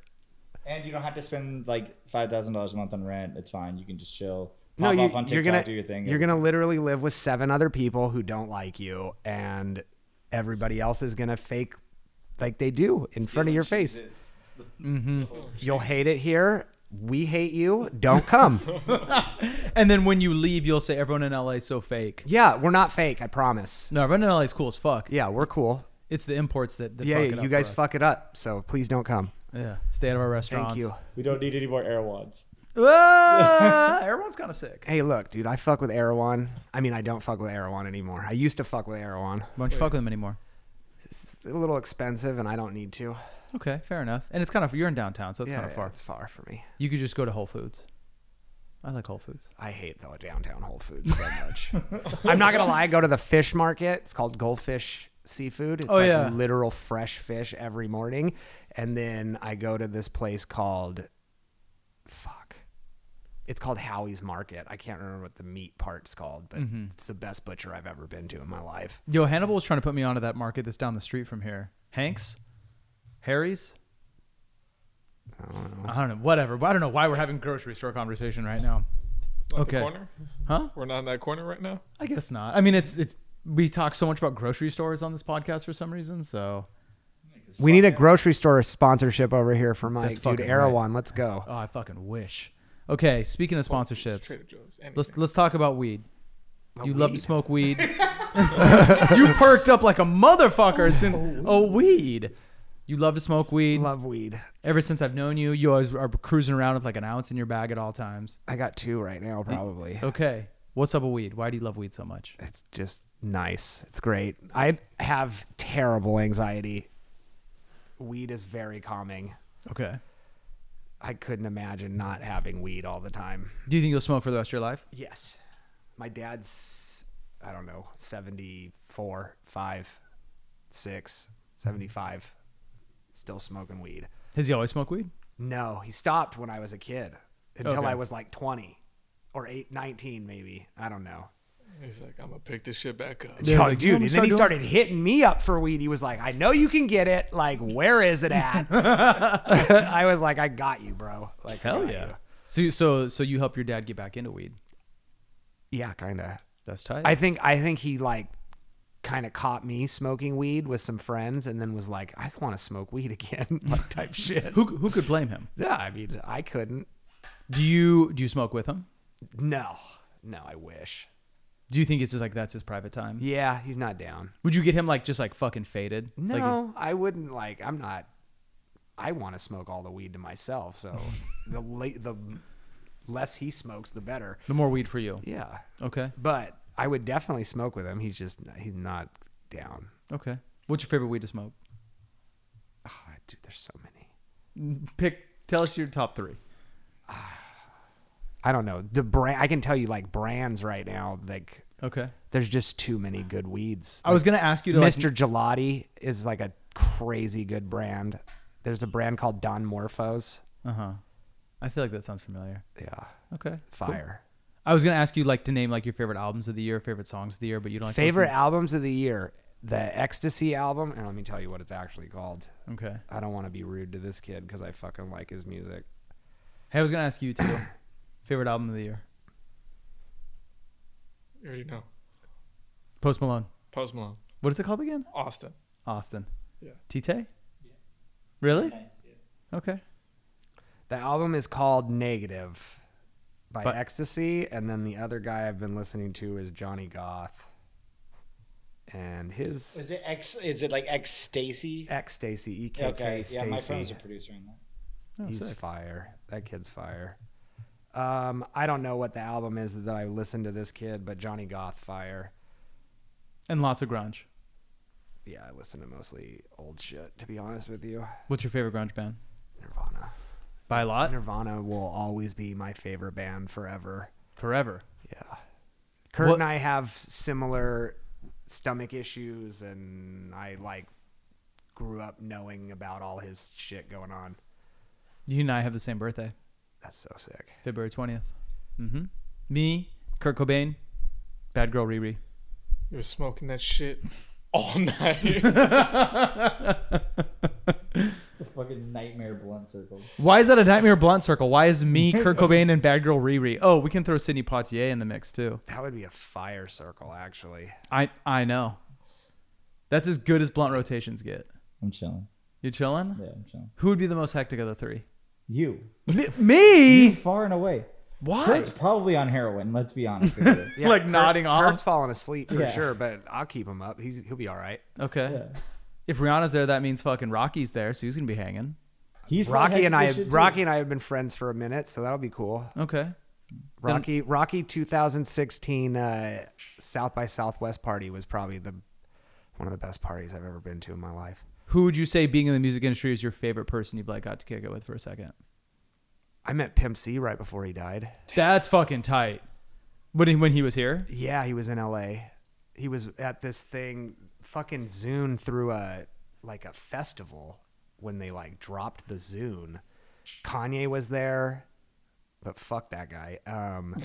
And you don't have to spend like five thousand dollars a month on rent. It's fine. You can just chill.
No,
Pop
you,
off on TikTok,
you're gonna
do your thing.
you're gonna literally live with seven other people who don't like you, and everybody else is gonna fake like they do in front of your face.
Mm-hmm.
You'll hate it here. We hate you. Don't come.
And then when you leave, you'll say everyone in LA is so fake.
yeah, we're not fake. I promise.
No, everyone in LA is cool as fuck.
Yeah, we're cool.
It's the imports that, that
Yeah,
fuck
yeah,
it up
you
for
guys
us.
fuck it up. So please don't come.
Yeah, stay out of our restaurants.
Thank you.
We don't need any more airwads.
Ah, everyone's kind of sick.
Hey, look, dude, I fuck with Erewhon. I mean, I don't fuck with Erewhon anymore. I used to fuck with Erewhon.
Why don't you fuck with them anymore?
It's a little expensive, and I don't need to.
Okay, fair enough. And it's kind of you're in downtown, so it's
yeah,
kind of far.
it's far for me.
You could just go to Whole Foods. I like Whole Foods.
I hate the downtown Whole Foods so much. I'm not gonna lie. I go to the fish market. It's called Goldfish Seafood. It's
Oh,
like
yeah.
literal fresh fish every morning, and then I go to this place called fuck. It's called Howie's Market. I can't remember what the meat part's called, but
Mm-hmm.
it's the best butcher I've ever been to in my life.
Yo, Hannibal was trying to put me onto that market that's down the street from here. Hanks, Harry's. I don't know. Whatever. But I don't know why we're having grocery store conversation right now.
Not
Okay.
The corner.
Huh?
We're not in that corner right now.
I guess not. I mean, it's it's we talk so much about grocery stores on this podcast for some reason. So
We need a grocery store sponsorship over here for Mike,
That's
dude.
fucking
Erewhon, let's go.
oh, I fucking wish. Okay, speaking of
It's
sponsorships,
Trader Joe's.
let's
Anything.
let's talk about weed.
About
you love to
weed?
smoke weed. you perked up like a motherfucker. as soon- Oh, weed. You love to smoke weed.
Love weed.
Ever since I've known you, you always are cruising around with like an ounce in your bag at all times.
I got two right now, probably.
Okay. What's up with weed? Why do you love weed so much?
it's just nice. It's great. I have terrible anxiety. Weed is very calming.
Okay.
I couldn't imagine not having weed all the time.
Do you think you'll smoke for the rest of your life?
Yes. My dad's, I don't know, 74, 5, 6, 75, still smoking weed.
Has he always smoked weed?
No, he stopped when I was a kid until
Okay.
I was like 20 or 8, 19 maybe. I don't know.
He's like, I'm gonna pick this shit back up.
Yeah,
Oh,
he's like, "You
dude,
want me
and
to
then he
start
started hitting me up for weed. He was like, "I know you can get it. Like, where is it at?" I was like, "I got you, bro." Like, I got you.
So you- so so you help your dad get back into weed.
yeah, kind of.
That's tight.
I think I think he like kind of caught me smoking weed with some friends, and then was like, "I want to smoke weed again," like type shit.
who who could blame him?
yeah, I mean, I couldn't.
Do you do you smoke with him?
No, no, I wish.
Do you think it's just like that's his private time?
Yeah, he's not down.
Would you get him like just like fucking faded?
No,
Like,
I wouldn't like. I'm not. I want to smoke all the weed to myself. So the late, the less he smokes, the better.
the more weed for you.
Yeah,
Okay.
but I would definitely smoke with him. He's just he's not down.
Okay. What's your favorite weed to smoke?
Oh, dude, there's so many.
Pick. Tell us your top three.
I don't know the brand. I can tell you like brands right now. Like
Okay.
there's just too many good weeds.
I was gonna ask you to like,
Mr. Gelati is like a crazy good brand. There's a brand called Don Morphos.
Uh huh. I feel like that sounds familiar.
Yeah,
Okay.
fire.
I was gonna ask you like to name like your favorite albums of the year, favorite songs of the year, but you don't like to
Favorite albums of the year: the Ecstasy album, and let me tell you what it's actually called.
listen- Okay.
I don't want to be rude to this kid because I fucking like his music.
Hey, I was gonna ask you too. favorite album of the year?
You already know.
Post Malone.
Post Malone,
What is it called again?
Austin.
Austin.
Yeah.
T-Tay? Really?
Nice, yeah.
Okay.
The album is called Negative by
But-
Ecstasy, and then the other guy I've been listening to is Johnny Goth, and his
Is it X? Is it like X Stacy?
ex Stacy E K
Okay,
K
yeah, my friend's
Stacy.
a producer in that.
Oh,
He's
sick.
fire. That kid's fire. Um, I don't know what the album is that I listened to this kid, but Johnny Goth fire.
And lots of grunge.
Yeah, I listen to mostly old shit. To be honest with you,
What's your favorite grunge band?
Nirvana.
By a lot?
Nirvana will always be my favorite band forever.
Forever.
Yeah. Kurt
What-
and I have similar stomach issues, and I like grew up knowing about all his shit going on.
You and I have the same birthday,
That's so sick.
February 20th. Mm-hmm. Me, Kurt Cobain, Bad Girl Riri.
You're smoking that shit all night.
It's a fucking nightmare blunt circle.
Why is that a Nightmare Blunt Circle? Why is me, Kurt Cobain, and Bad Girl Riri? Oh, we can throw Sidney Poitier in the mix too.
That would be a fire circle, actually.
I I know. That's as good as blunt rotations get.
I'm chilling.
You chilling?
Yeah, I'm chilling.
Who would be the most hectic of the three?
You
me?
far and away.
Why?
Kurt's probably on heroin. Let's be honest. with you.
Yeah,
Like nodding off?
Kurt's falling asleep for
Yeah.
sure, but I'll keep him up. He's he'll be all right.
Okay.
Yeah.
If Rihanna's there, that means fucking Rocky's there, so he's gonna be hanging.
He's
Rocky
probably
and I,
hectic as shit, too.
Rocky and I have been friends for a minute, so that'll be cool.
Okay.
Rocky, Rocky, 2016 uh, South by Southwest party was probably the one of the best parties I've ever been to in my life.
Who would you say being in the music industry is your favorite person you've like got to kick it with for a second?
I met Pimp C right before he died.
That's fucking tight. When he, when he was here,
Yeah, he was in LA. He was at this thing. Fucking Zune threw a like a festival when they like dropped the Zune. Kanye was there, but fuck that guy. Um,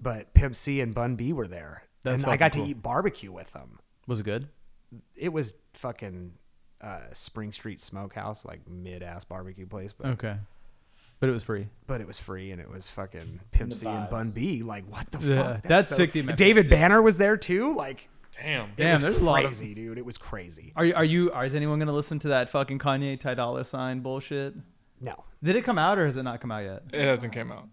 but Pimp C and Bun B were there,
That's
and I
fucking
got to
cool.
eat barbecue with them.
was it good?
It was fucking uh, Spring Street Smokehouse, like mid ass barbecue place, but
Okay. But it was free.
but it was free and it was fucking Pimp
the
C and
vibes.
Bun B. Like what the
Yeah,
fuck?
that's sick that you met
David
Pimp C.
Banner was there too. Like
Damn.
Damn,
it was
there's
crazy,
a lot of-
dude. It was crazy.
Are you are you are is anyone gonna listen to that fucking Kanye Ty Dolla Sign bullshit?
No,
Did it come out or has it not come out yet?
It hasn't came out.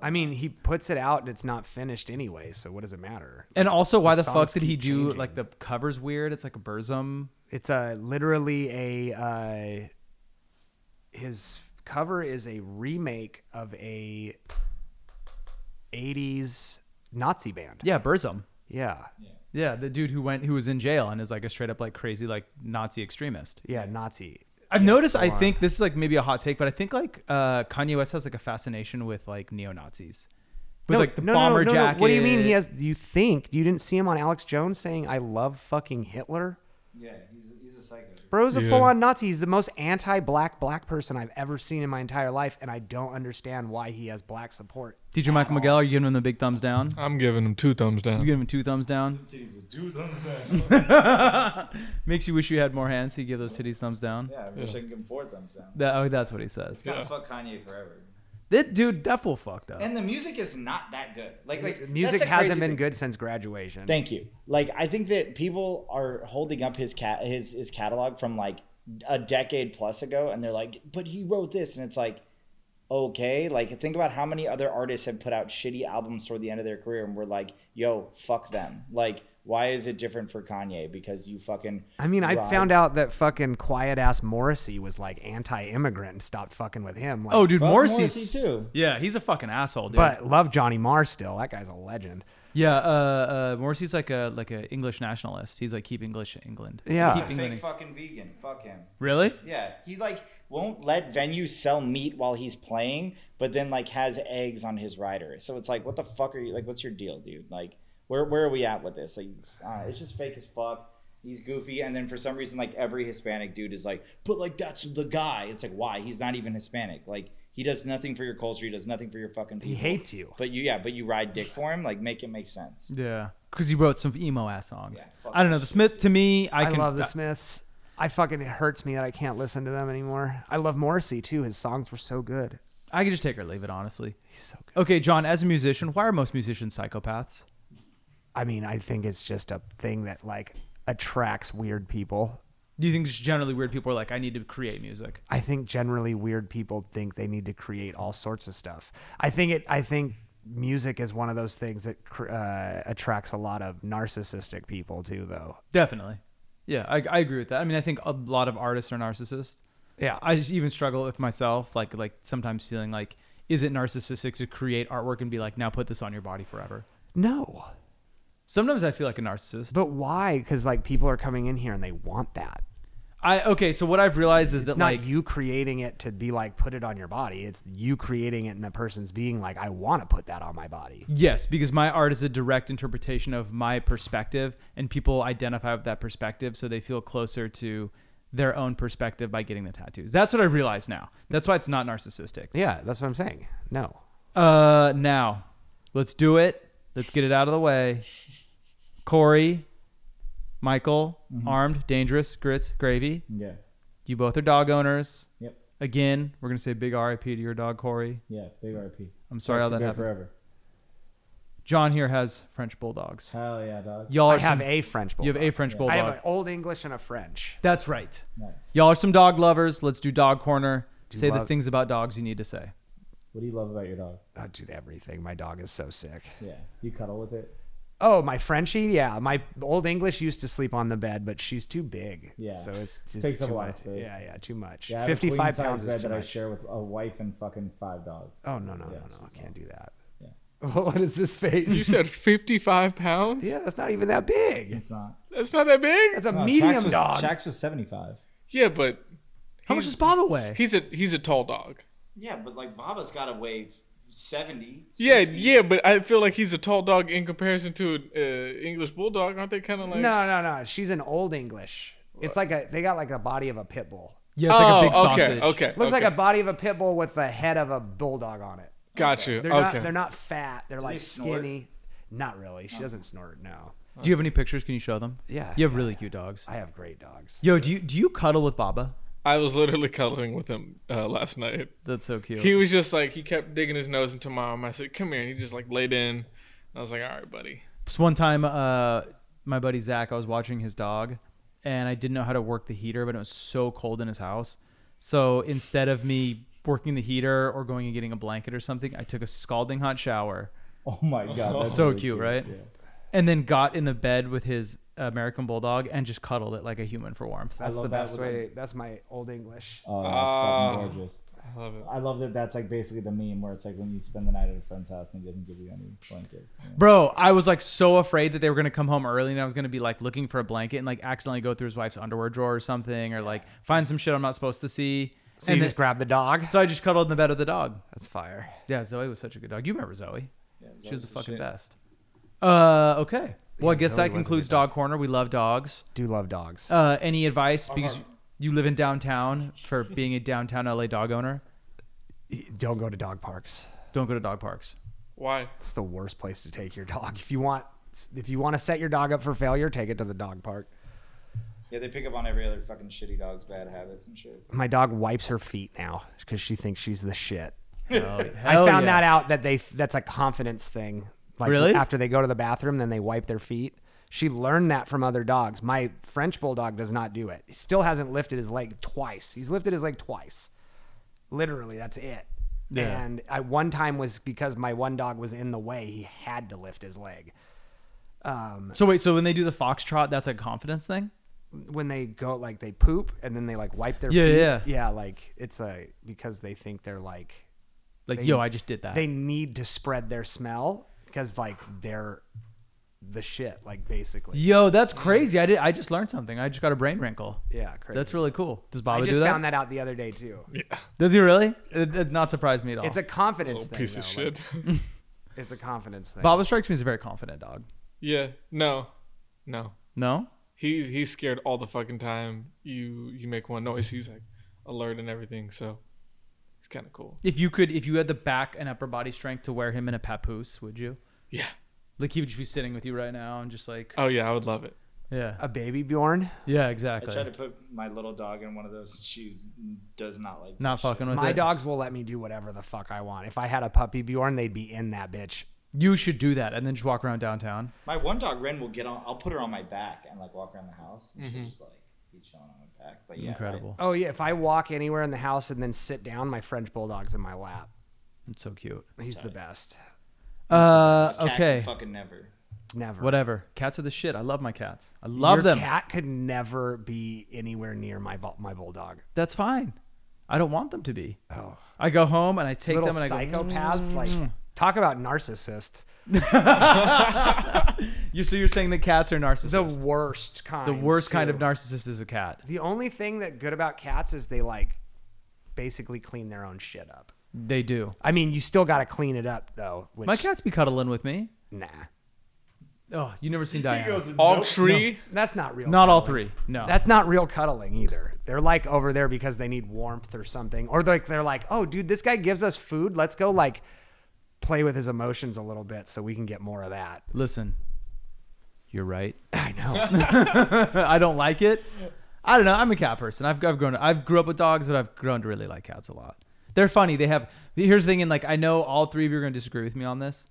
I mean he puts it out and it's not finished anyway. So what does it matter?
And also, why
The
the, fuck
songs
did he
keep
do
changing.
like the covers weird? It's like a Burzum.
It's a literally a uh, his cover is a remake of a '80s Nazi band.
Yeah, Burzum.
Yeah,
Yeah, the dude who went who was in jail and is like a straight up like crazy like Nazi extremist.
yeah, Nazi.
I've noticed. I think this is like maybe a hot take, but I think like uh, Kanye West has like a fascination with like neo Nazis, with
No,
like the
no, no,
bomber
no, no.
jacket.
What do you mean he has? You think you didn't see him on Alex Jones saying "I love fucking Hitler"?
Yeah, he's he's a psycho.
Bro's a
Yeah.
full-on Nazi. He's the most anti-black black person I've ever seen in my entire life, and I don't understand why he has black support.
DJ Michael Miguel, are you giving him the big thumbs down?
I'm giving him two thumbs
You
down.
give him two thumbs down. Makes you wish you had more hands. So you give those titties thumbs down.
Yeah, I wish I could give him four thumbs down.
That, oh, that's what he says.
Gotta
Yeah.
fuck Kanye forever.
That dude, that fool fucked up.
And the music is not that good. Like like that's
Music
the
hasn't
crazy
been
thing.
good since graduation.
Thank you. Like I think that people are holding up his cat his his catalog from like a decade plus ago, and they're like, "But he wrote this," and it's like, okay, like think about how many other artists have put out shitty albums toward the end of their career, and we're like, "Yo, fuck them." Like, why is it different for Kanye? Because you fucking.
I mean, I
robbed-
found out that fucking quiet ass Morrissey was like anti-immigrant and stopped fucking with him. Like,
oh, dude,
Fuck
Morrissey's
Morrissey, too.
Yeah, he's a fucking asshole, dude.
but love Johnny Marr still. That guy's a legend.
Yeah, uh, uh, Morrissey's like a like a English nationalist. He's like keep English England.
Yeah.
keep
He's
England.
Fake fucking vegan. Fuck him.
really?
Yeah, he like won't let venues sell meat while he's playing, but then like has eggs on his rider. So it's like, what the fuck are you like? What's your deal, dude? Like, where where are we at with this? Like, uh, it's just fake as fuck. He's goofy, and then for some reason, like every Hispanic dude is like, but like that's the guy. It's like why? He's not even Hispanic. Like he does nothing for your culture. He does nothing for your fucking. People.
He hates you.
But you yeah, but you ride dick for him. Like make it make sense.
Yeah, because he wrote some emo ass songs.
Yeah, fuck
I don't know. The Smith to me, I,
I,
can.
love the Smiths. I fucking it hurts me that I can't listen to them anymore. I love Morrissey too. His songs were so good.
I can just take or leave it, honestly.
He's so good.
Okay, John, as a musician, why are most musicians psychopaths?
I mean, I think it's just a thing that like attracts weird people.
Do you think just generally weird people are like, I need to create music?
I think generally weird people think they need to create all sorts of stuff. I think it. I think music is one of those things that cr- uh, attracts a lot of narcissistic people too, though.
Definitely. Yeah, I, I agree with that. I mean, I think a lot of artists are narcissists.
Yeah.
I just even struggle with myself, like like sometimes feeling like, is it narcissistic to create artwork and be like, now put this on your body forever?
No,
Sometimes I feel like a narcissist.
but why? Because like people are coming in here and they want that.
I okay, so what I've realized is
It's
that
not
like
you creating it to be like put it on your body. It's you creating it and the person's being like, I want to put that on my body.
Yes, because my art is a direct interpretation of my perspective, and people identify with that perspective, so they feel closer to their own perspective by getting the tattoos. That's what I realize now. That's why it's not narcissistic.
Yeah, that's what I'm saying. No.
Uh, now, let's do it. Let's get it out of the way. Corey, Michael, armed, dangerous, grits, gravy.
Yeah.
You both are dog owners.
Yep.
Again, we're gonna say big RIP to your dog, Corey.
Yeah. Big RP.
I'm sorry how that happened.
Forever.
John here has French bulldogs.
Hell yeah, dog.
Y'all are
I have
some-
a French
you
bulldog.
have a French bulldog.
I have an old English and a French.
That's right.
Nice.
Y'all are some dog lovers. Let's do dog corner. say the
love-
things about dogs you need to say.
What do you love about your dog?
Oh, dude, everything. My dog is so sick.
Yeah. You cuddle with it.
Oh, my Frenchie, yeah. My old English used to sleep on the bed, but she's too big.
Yeah.
so it's just
Takes
too
up a lot of
much.
space.
Yeah, yeah, too much.
Yeah, I have a
Fifty-five
queen-size
pounds
bed
is too
that I
much.
share with a wife and fucking five dogs.
Oh no, no,
Yeah,
no, no!
she's
I can't do that.
Yeah.
what is this
You
face?
said 55 pounds?
yeah, that's not even that big.
It's not.
That's not that big.
That's a
No, Chax
medium
was,
dog.
Chax was seventy-five.
Yeah, but
How much
he's-
does Bob weigh?
He's a he's a tall dog.
Yeah, but like Baba's got to weigh seventy.
Yeah, yeah, but I feel like he's a tall dog in comparison to an uh, English bulldog. Aren't they kind of like?
no, no, no. She's an old English. It's like a they got like a body of a pit bull.
Yeah, it's
Oh,
like a big
okay,
sausage.
okay.
Looks
okay.
like a body of a pit bull with the head of a bulldog on it.
Got you.
They're
okay.
not they're not fat. They're like
they snort?
skinny. Not really. She doesn't snort. No.
Do you have any pictures? Can you show them?
Yeah,
You have
yeah,
really cute dogs.
I have great dogs.
Yo, do you do you cuddle with Baba?
I was literally cuddling with him uh, last night.
That's so cute.
He was just like he kept digging his nose into my arm. I said, "Come here," and he just like laid in. I was like, "All right, buddy."
So one time, uh, my buddy Zach, I was watching his dog, and I didn't know how to work the heater, but it was so cold in his house. So instead of me working the heater or going and getting a blanket or something, I took a scalding hot shower.
Oh my god. That's
so
really
cute, right?
Yeah.
And then got in the bed with his American bulldog and just cuddled it like a human for warmth.
That's
love
the
that
best
with
way. That's my old English.
Oh, that's
Ah.
fucking gorgeous.
I love it.
I love that. That's like basically the meme where it's like when you spend the night at a friend's house and he doesn't give you any blankets. you know?
Bro, I was like so afraid that they were gonna come home early and I was gonna be like looking for a blanket and like accidentally go through his wife's underwear drawer or something or like find some shit I'm not supposed to see.
So
and
you
then-
just grab the dog.
so I just cuddled in the bed with the dog.
That's fire.
Yeah, Zoe was such a good dog. You remember Zoe?
Yeah,
she was the
that's
fucking
shit.
best. Uh, okay. Well, I
Yeah,
guess
Zoe was a
that
good
concludes
dog.
Dog Corner. We love dogs.
Do love dogs.
Uh, any advice because you live in downtown for being a downtown LA dog owner?
Don't go to dog parks.
Don't go to dog parks.
Why?
It's the worst place to take your dog. If you want, if you want to set your dog up for failure, take it to the dog park.
Yeah, they pick up on every other fucking shitty dog's bad habits and shit.
My dog wipes her feet now because she thinks she's the shit.
Hell
I found
yeah.
that out that they that's a confidence thing. Like
Really?
After they go to the bathroom, then they wipe their feet. She learned that from other dogs. My French bulldog does not do it. He still hasn't lifted his leg twice. He's lifted his leg twice. Literally, that's it.
Yeah.
And I one time was because my one dog was in the way. He had to lift his leg.
So wait, so when they do the foxtrot, that's a confidence thing?
when they go like they poop and then they like wipe their
Yeah,
feet.
yeah.
like it's a because they think they're like
Like,
They-
yo, I just did that.
they need to spread their smell because like they're the shit, like basically.
yo, that's crazy. I did. I just learned something. I just got a brain wrinkle.
Yeah, crazy.
That's really cool. Does
I
Baba
just
do that?
found that out the other day too.
Oh,
Does he really? It does not surprise me at all.
It's a confidence
Little
thing.
piece of
though, like,
shit.
it's a confidence thing.
Baba strikes me as a very confident dog.
yeah. No. No.
No,
He he's scared all the fucking time. You you make one noise, he's like alert and everything. So it's kind of cool.
if you could, if you had the back and upper body strength to wear him in a papoose, would you?
Yeah.
Like he would just be sitting with you right now and just like,
Oh yeah, I would love it.
yeah,
a baby Bjorn.
yeah,
I
exactly.
tried to put my little dog in one of those shoes. and Does not like.
Not
that shit.
fucking with
My
it.
dogs will let me do whatever the fuck I want. If I had a puppy Bjorn, they'd be in that bitch.
You should do that and then just walk around downtown.
Mm-hmm.
My one dog Ren will get on. I'll put her on my back and like walk around the house. And She'll just like be teeth showing on my back. But yeah,
Incredible.
Oh yeah, if I walk anywhere in the house and then sit down, my French bulldog's in my lap.
It's so cute.
He's the best.
Uh,
I- cat
okay.
Fucking never.
Never.
Whatever. Cats are the shit. I love my cats. I love
Your
them.
Cat could never be anywhere near my bu- my bulldog.
That's fine. I don't want them to be.
Oh,
I go home and I take
little
them and I go.
psychopaths. Like talk about narcissists.
"Mm." You so you're saying that cats are
The
narcissists?
worst kind.
The, worst kind of
too.
narcissist is a cat.
The only thing that good about cats is they like basically clean their own shit up.
They do.
I mean, you still got to clean it up though. Which,
My cats be cuddling with me.
Nah,
Oh, you never seen Diana?
All tree.
that's not real.
Not all
cuddling.
three. No.
That's not real cuddling either. They're like over there because they need warmth or something, or like they're like, oh, dude, this guy gives us food. Let's go like play with his emotions a little bit so we can get more of that.
Listen, you're right.
I know.
I don't like it. I don't know. I'm a cat person. I've, I've grown. I've grew up with dogs, but I've grown to really like cats a lot. They're funny. They have. Here's the thing, and like I know all three of you are going to disagree with me on this.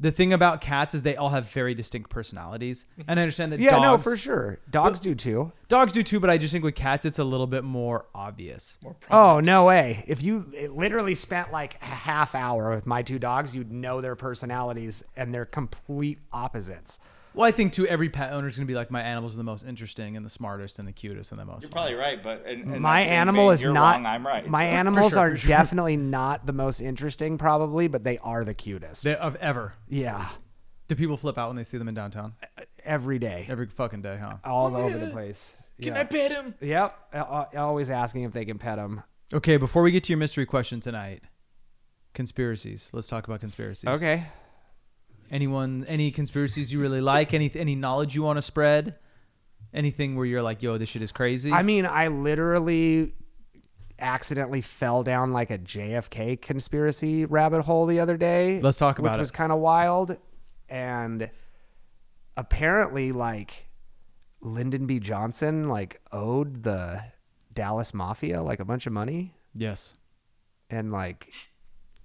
The thing about cats is they all have very distinct personalities, and I understand that.
yeah,
dogs,
no, for sure. Dogs do too.
Dogs do too, but I just think with cats it's a little bit more obvious.
Oh no way! If you eh, literally spent like a half hour with my two dogs, you'd know their personalities and they're complete opposites.
Well, I think too every pet owner is going to be like my animals are the most interesting and the smartest and the cutest and the most.
You're probably right, but in, in
my
that same
animal
vein,
is
you're
not.
Wrong, I'm right.
My
So-
animals
sure,
are
for sure.
definitely not the most interesting, probably, but they are the cutest.
fun. of ever.
yeah,
Do people flip out when they see them in downtown
every day,
every fucking day? Huh?
all over the place.
Can
yeah.
I pet him?
Yep, al- al- always asking if they can pet them.
Okay, before we get to your mystery question tonight, conspiracies. Let's talk about conspiracies.
Okay.
Anyone, any conspiracies you really like? Any any knowledge you want to spread? Anything where you're like, yo, this shit is crazy.
I mean, I literally accidentally fell down like a JFK conspiracy rabbit hole the other day.
Let's talk about
which
it.
was kind of wild. And apparently, like Lyndon B. Johnson, like owed the Dallas Mafia like a bunch of money,
yes.
and like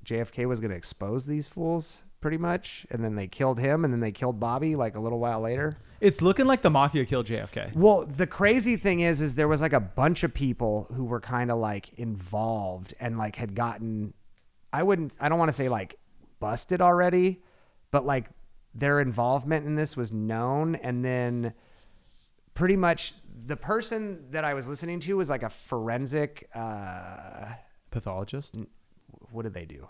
JFK was going to expose these fools pretty much, and then they killed him, and then they killed Bobby like a little while later.
It's looking like the mafia killed JFK.
Well, the crazy thing is, is there was like a bunch of people who were kind of like involved and like had gotten, I wouldn't, I don't want to say like busted already, but like their involvement in this was known. And then pretty much the person that I was listening to was like a forensic, uh,
Pathologist?
what did they do?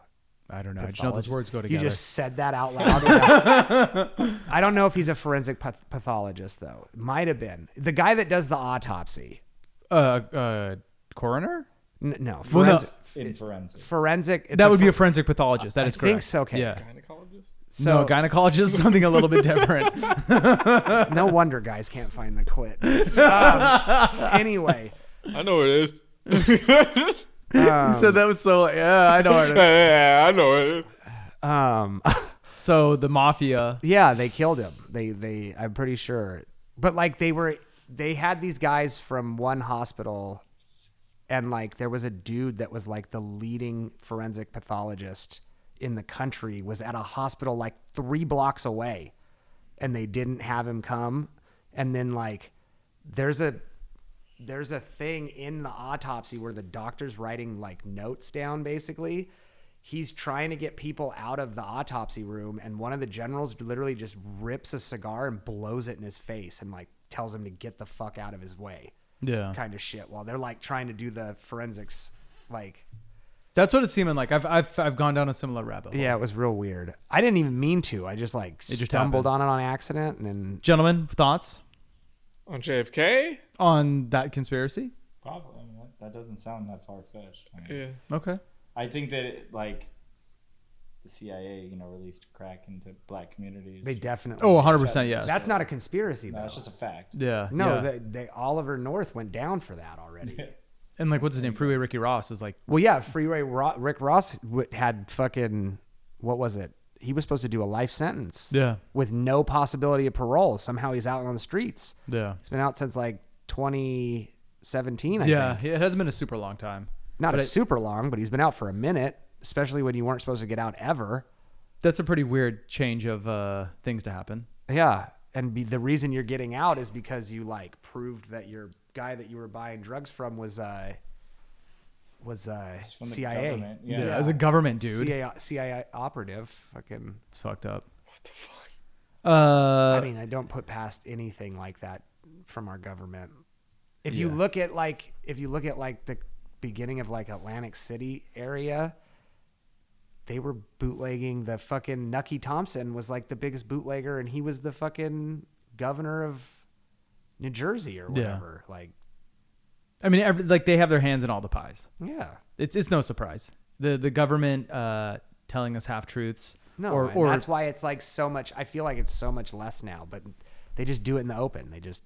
I don't know. I just know those
pathologist.
words go together.
You just said that out loud. without- I don't know if he's a forensic path- pathologist though. Might have been the guy that does the autopsy.
uh, uh, coroner?
N- no,
Well, no.
forensic.
in forensics.
forensic it's
That would be
fo-
a forensic pathologist. That is
I think
correct.
so, okay.
Yeah.
Gynecologist.
no, gynecologist is something a little bit different.
no wonder guys can't find the clit. Um, anyway,
I know it is.
you said that was so. Yeah, I know. It is.
yeah, I know it is.
um,
So the mafia.
yeah, they killed him. They they I'm pretty sure. But like they were they had these guys from one hospital and like there was a dude that was like the leading forensic pathologist in the country was at a hospital like 3 blocks away and they didn't have him come and then like there's a there's a thing in the autopsy where the doctor's writing like notes down basically he's trying to get people out of the autopsy room and one of the generals literally just rips a cigar and blows it in his face and like tells him to get the fuck out of his way
Yeah.
kind of shit while they're like trying to do the forensics like
That's what it's seeming like. I've I've I've gone down a similar rabbit hole.
yeah it was real weird i didn't even mean to i just like
just
stumbled on it on accident and then
Gentlemen, thoughts
On JFK?
on that conspiracy?
Probably. I mean, that, that doesn't sound that far fetched. I, mean,
Yeah.
Okay.
I think that it, like the CIA, you know, released crack into black communities.
they definitely
Oh, 100 percent yes.
that's not a conspiracy
no,
though
that's just a fact.
yeah.
no
yeah.
they, they oliver north went down for that already
and like what's his name? Freeway Ricky Ross was like
Well, yeah, Freeway Ro- Rick Ross w- had fucking what was it? He was supposed to do a life sentence.
Yeah.
With no possibility of parole. Somehow he's out on the streets.
yeah.
He's been out since like 2017. I
Yeah,
Think.
it hasn't been a super long time.
Not
But
a
I-
super long, but he's been out for a minute. Especially when you weren't supposed to get out ever.
That's a pretty weird change of uh, things to happen.
Yeah. And be, the reason you're getting out is because you like proved that you're guy that you were buying drugs from was uh was uh
from the
CIA.
government, yeah.
Yeah, as a government dude.
CIA, CIA operative. Fucking.
It's fucked up.
What the fuck?
Uh,
I mean, I don't put past anything like that from our government. If you
Yeah.
look at like, if you look at like the beginning of like Atlantic City area, they were bootlegging the fucking Nucky Thompson was like the biggest bootlegger, and he was the fucking governor of New Jersey or
Yeah.
whatever. Like,
I mean, every, like they have their hands in all the pies.
yeah,
It's it's no surprise. The the government uh, telling us half truths.
no,
or
and
or
that's why it's like so much. I feel like it's so much less now, but they just do it in the open. They just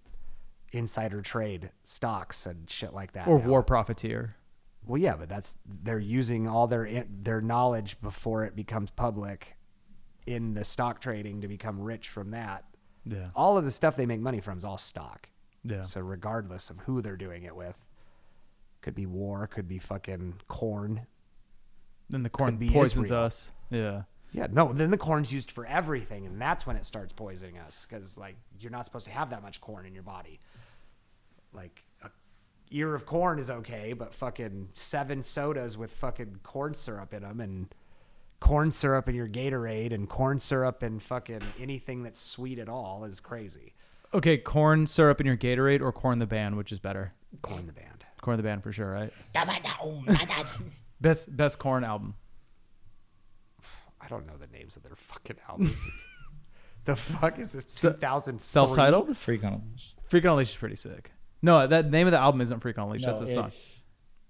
insider trade stocks and shit like that.
or
now.
war profiteer.
Well, yeah, but that's they're using all their their knowledge before it becomes public in the stock trading to become rich from that.
Yeah.
All of the stuff they make money from is all stock.
Yeah.
So regardless of who they're doing it with, could be war, could be fucking corn.
Then the corn
be
poisons
Israel.
us. Yeah.
Yeah, no, then the corn's used for everything and that's when it starts poisoning us cuz like you're not supposed to have that much corn in your body. Like a ear of corn is okay, but fucking seven sodas with fucking corn syrup in them and corn syrup in your Gatorade and corn syrup in fucking anything that's sweet at all is crazy.
Okay, corn syrup in your Gatorade or corn the band, which is better?
Corn the band.
Corn the band for sure, right? best best corn album.
I don't know the names of their fucking albums. the fuck is this 2000
Self titled?
Freak on Unleashed.
Freak on a Leash is pretty sick. No, that name of the album isn't Freak on a Leash. that's a song. It's,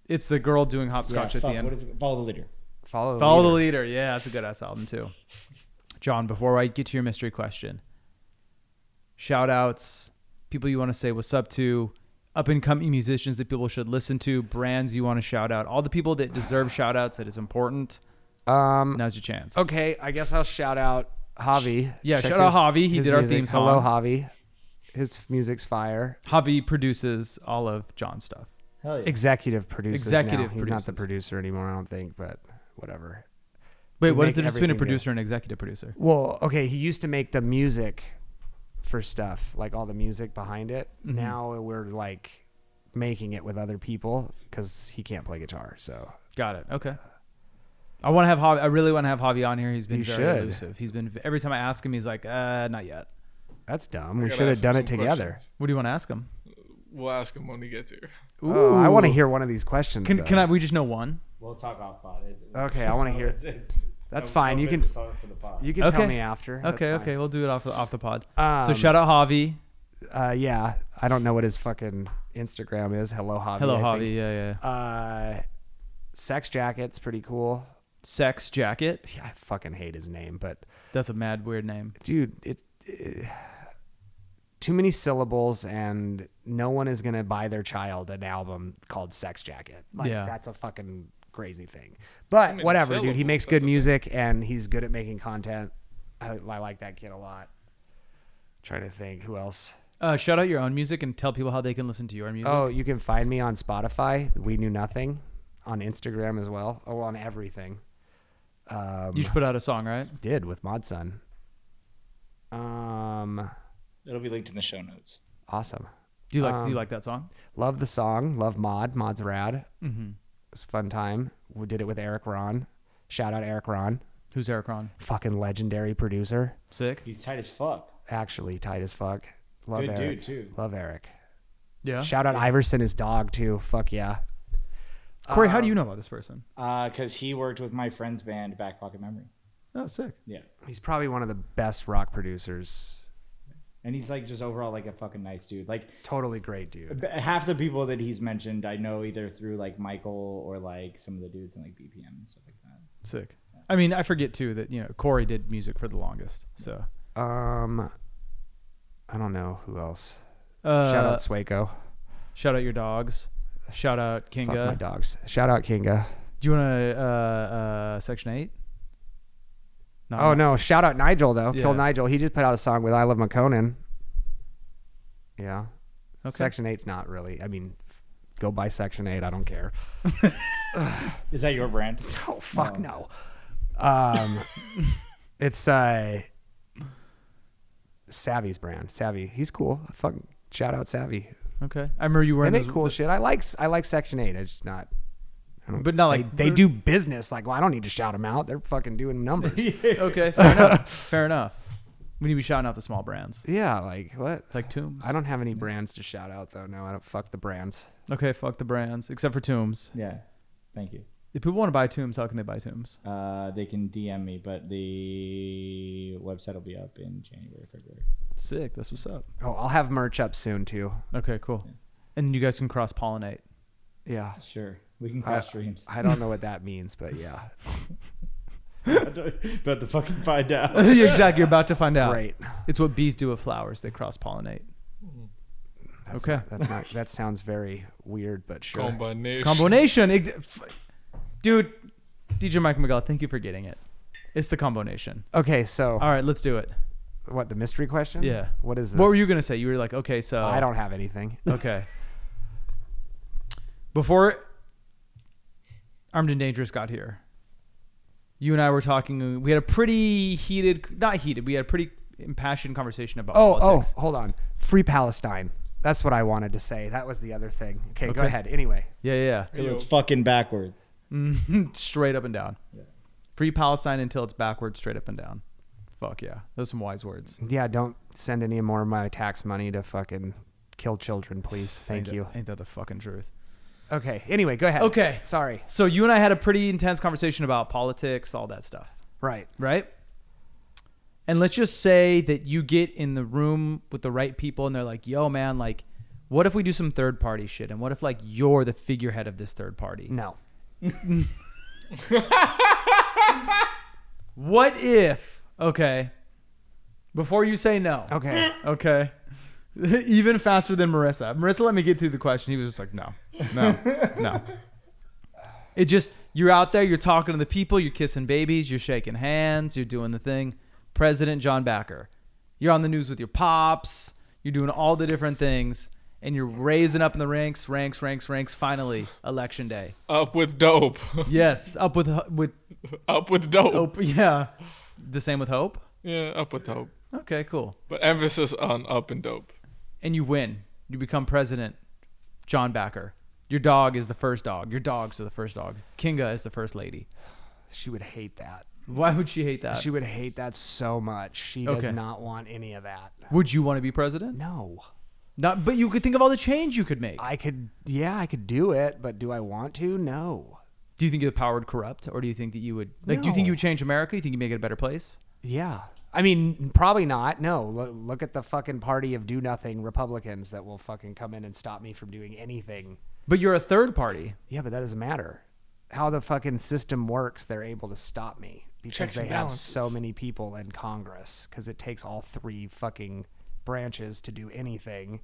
It's,
the girl doing
yeah,
hopscotch at
fuck,
the end.
What is it? Follow the leader.
Follow,
Follow the leader. Yeah, that's a good ass album too. John, before I get to your mystery question, shout outs, people you want to say what's up to, up and coming musicians that people should listen to, brands you want to shout out, all the people that deserve shout outs that is important.
Um
Now's your chance.
Okay, I guess I'll shout out Javi.
Yeah,
Check
shout out
his-
Javi. He
his
did our
music.
theme song.
Hello, Javi. His f- music's fire.
Javi produces all of John's stuff.
Hell yeah.
Executive producer.
Executive
He's not the
produces.
producer anymore, I don't think, but whatever.
Wait,
We
what is
make
the difference between a
everything good.
producer and executive producer?
Well, okay, he used to make the music for stuff, like all the music behind it. Now we're like making it with other people because he can't play guitar. So
Got it. Okay. I want to have Javi. I really want to have Javi on here. He's been
You
very
should.
elusive. He's been every time I ask him, he's like, uh, not yet.
that's dumb. We
gotta
should have
ask him
done
some
it together.
questions.
What do you want to ask him?
We'll ask him when he gets here.
Oh, I want to
Ooh.
hear one of these questions.
Can,
though.
can I? We just know one.
We'll talk off pod. It, it's-
Okay, I wanna hear-
It's, it's, it's
That's
no-
fine,
no
you can-
business on it for the pod.
You can
Okay.
tell me after. that's
Okay,
fine.
okay, we'll do it off the off the pod. so
Um,
shout out Javi.
uh, yeah, I don't know what his fucking Instagram is. Hello, Javi.
Hello,
I
Javi.
think.
Yeah, yeah.
Uh, Sex Jacket's pretty cool.
Sex Jacket.
Yeah, I fucking hate his name, but
That's a mad weird name.
dude, it, it- too many syllables, and no one is gonna buy their child an album called Sex Jacket. Like,
Yeah.
that's a fucking crazy thing.
Too
But
many
whatever, dude. He
syllables,
makes
that's
good
a-
music, and he's good at making content. I, I like that kid a lot. Trying to think, who else?
Uh, shout out your own music and tell people how they can listen to your music.
Oh, you can find me on Spotify. We knew nothing on Instagram as well. Oh, on everything. Um,
you should put out a song, right?
did with Mod Sun. Um,
It'll be linked in the show notes.
awesome.
Do you like
um,
Do you like that song?
Love the song. Love Mod. Mod's rad. Mm-hmm. It was a fun time. We did it with Eric Ron. Shout out Eric Ron,
Who's Eric Ron?
fucking legendary producer.
Sick.
He's tight as fuck.
Actually, tight as fuck. Love
Good
Eric.
dude, too.
Love Eric.
Yeah.
Shout out Iverson, his dog too. Fuck yeah.
Corey,
um,
how do you know about this person?
Because Uh, he worked with my friend's band, Back Pocket Memory.
Oh, sick.
Yeah.
He's probably one of the best rock producers.
And he's like just overall like a fucking nice dude. Like
Totally great dude.
b- half the people that he's mentioned, I know either through like Michael or like some of the dudes in like BPM and stuff like that.
Sick. I mean, I forget too that you know Corey did music for the longest. So
Um, I don't know who else.
uh,
Shout out Swaco.
shout out your dogs. Shout out
Fuck my
Kinga.
dogs. Shout out Kinga.
Do you want to uh, uh, section eight? Not
Oh no! Shout out Nigel though. Kill
Yeah.
Nigel. He just put out a song with I Love McConan. Yeah.
Okay.
Section eight's not really. I mean, f- go buy Section eight. I don't care.
Is that your brand?
Oh fuck no. Um, it's uh, Savvy's brand. Savvy. He's cool. Fuck. Shout out Savvy.
Okay. I remember you
They
wearing
make
those-
cool shit. I like I like Section Eight. I just not. I don't,
But not
they-
like-
they, do business. Like, well, I don't need to shout them out. They're fucking doing numbers.
Okay, fair enough. Fair enough. We need to be shouting out the small brands
yeah, like what?
like Tombs.
I don't have any brands to shout out though. No, I don't fuck the brands.
Okay, fuck the brands except for Tombs.
Yeah. Thank you.
If people want to buy Tombs, how can they buy Tombs?
Uh, they can DM me, but the website will be up in January, February.
Sick. That's what's up.
Oh, I'll have merch up soon too.
Okay, cool. And you guys can cross pollinate.
Yeah.
Sure. We can
I,
cross streams.
I don't know what that means, but yeah.
About to fucking find out.
exactly. You're about to find out.
Great. Mm-hmm.
It's what bees do with flowers. They cross pollinate.
That's
Okay.
not- that's not. That sounds very weird, but sure.
Combination.
Combination. Ex- f- Dude, DJ Mike McGill, thank you for getting it. It's the combination.
Okay, so
All right, let's do it.
what the mystery question?
Yeah.
What is this? Oh,
What were you going to say? You were like, okay, so.
I don't have anything.
Okay. Before Armed and Dangerous got here, you and I were talking. uh, We had a pretty heated, not heated, we had a pretty impassioned conversation about
Oh,
politics.
oh, hold on. Free Palestine. That's what I wanted to say. That was the other thing. Okay, go
Okay.
ahead. Anyway,
Yeah, yeah, yeah.
it's fucking backwards.
Mhm. straight up and down. Free Palestine until it's backwards, straight up and down. Fuck yeah. Those are some wise words.
yeah, don't send any more of my tax money to fucking kill children, please. Thank
Ain't
you.
That, ain't that the fucking truth?
Okay. Anyway, go ahead.
Okay.
Sorry.
So you and I had a pretty intense conversation about politics, all that stuff.
Right.
right? And let's just say that you get in the room with the right people and they're like, yo, man, like, what if we do some third party shit? And what if, like, you're the figurehead of this third party?
No.
What if, okay, before you say no,
Okay.
okay, even faster than Marissa. Marissa let me get through the question. He was just like, no, no, no. It just, you're out there, you're talking to the people, you're kissing babies, you're shaking hands, you're doing the thing. President John Backer. You're on the news with your pops, you're doing all the different things, and you're raising up in the ranks, ranks, ranks, ranks, finally, election day.
Up with dope.
Yes, up with, with,
up with dope.
hope. yeah. The same with hope?
Yeah, up with dope.
Okay, cool.
But emphasis on up and dope.
and you win. You become president, John Backer. Your dog is the first dog. Your dogs are the first dog. Kinga is the first lady.
She would hate that.
Why would she hate that?
She would hate that so much. She
Uh, Okay.
does not want any of that.
would you want to be president?
No.
Not, but you could think of all the change you could make.
I could, yeah, I could do it, but do I want to? No.
Do you think the power would corrupt, or do you think that you would like? Do you think you
No.
would change America? You think you would make it a better place?
Yeah. I mean, probably not. No. Lo- look at the fucking party of do nothing Republicans that will fucking come in and stop me from doing anything.
But you're a third party.
Yeah, but that doesn't matter. How the fucking system works, they're able to stop me because
Checks
they
and
have
balances.
so many people in Congress because it takes all three fucking branches to do anything.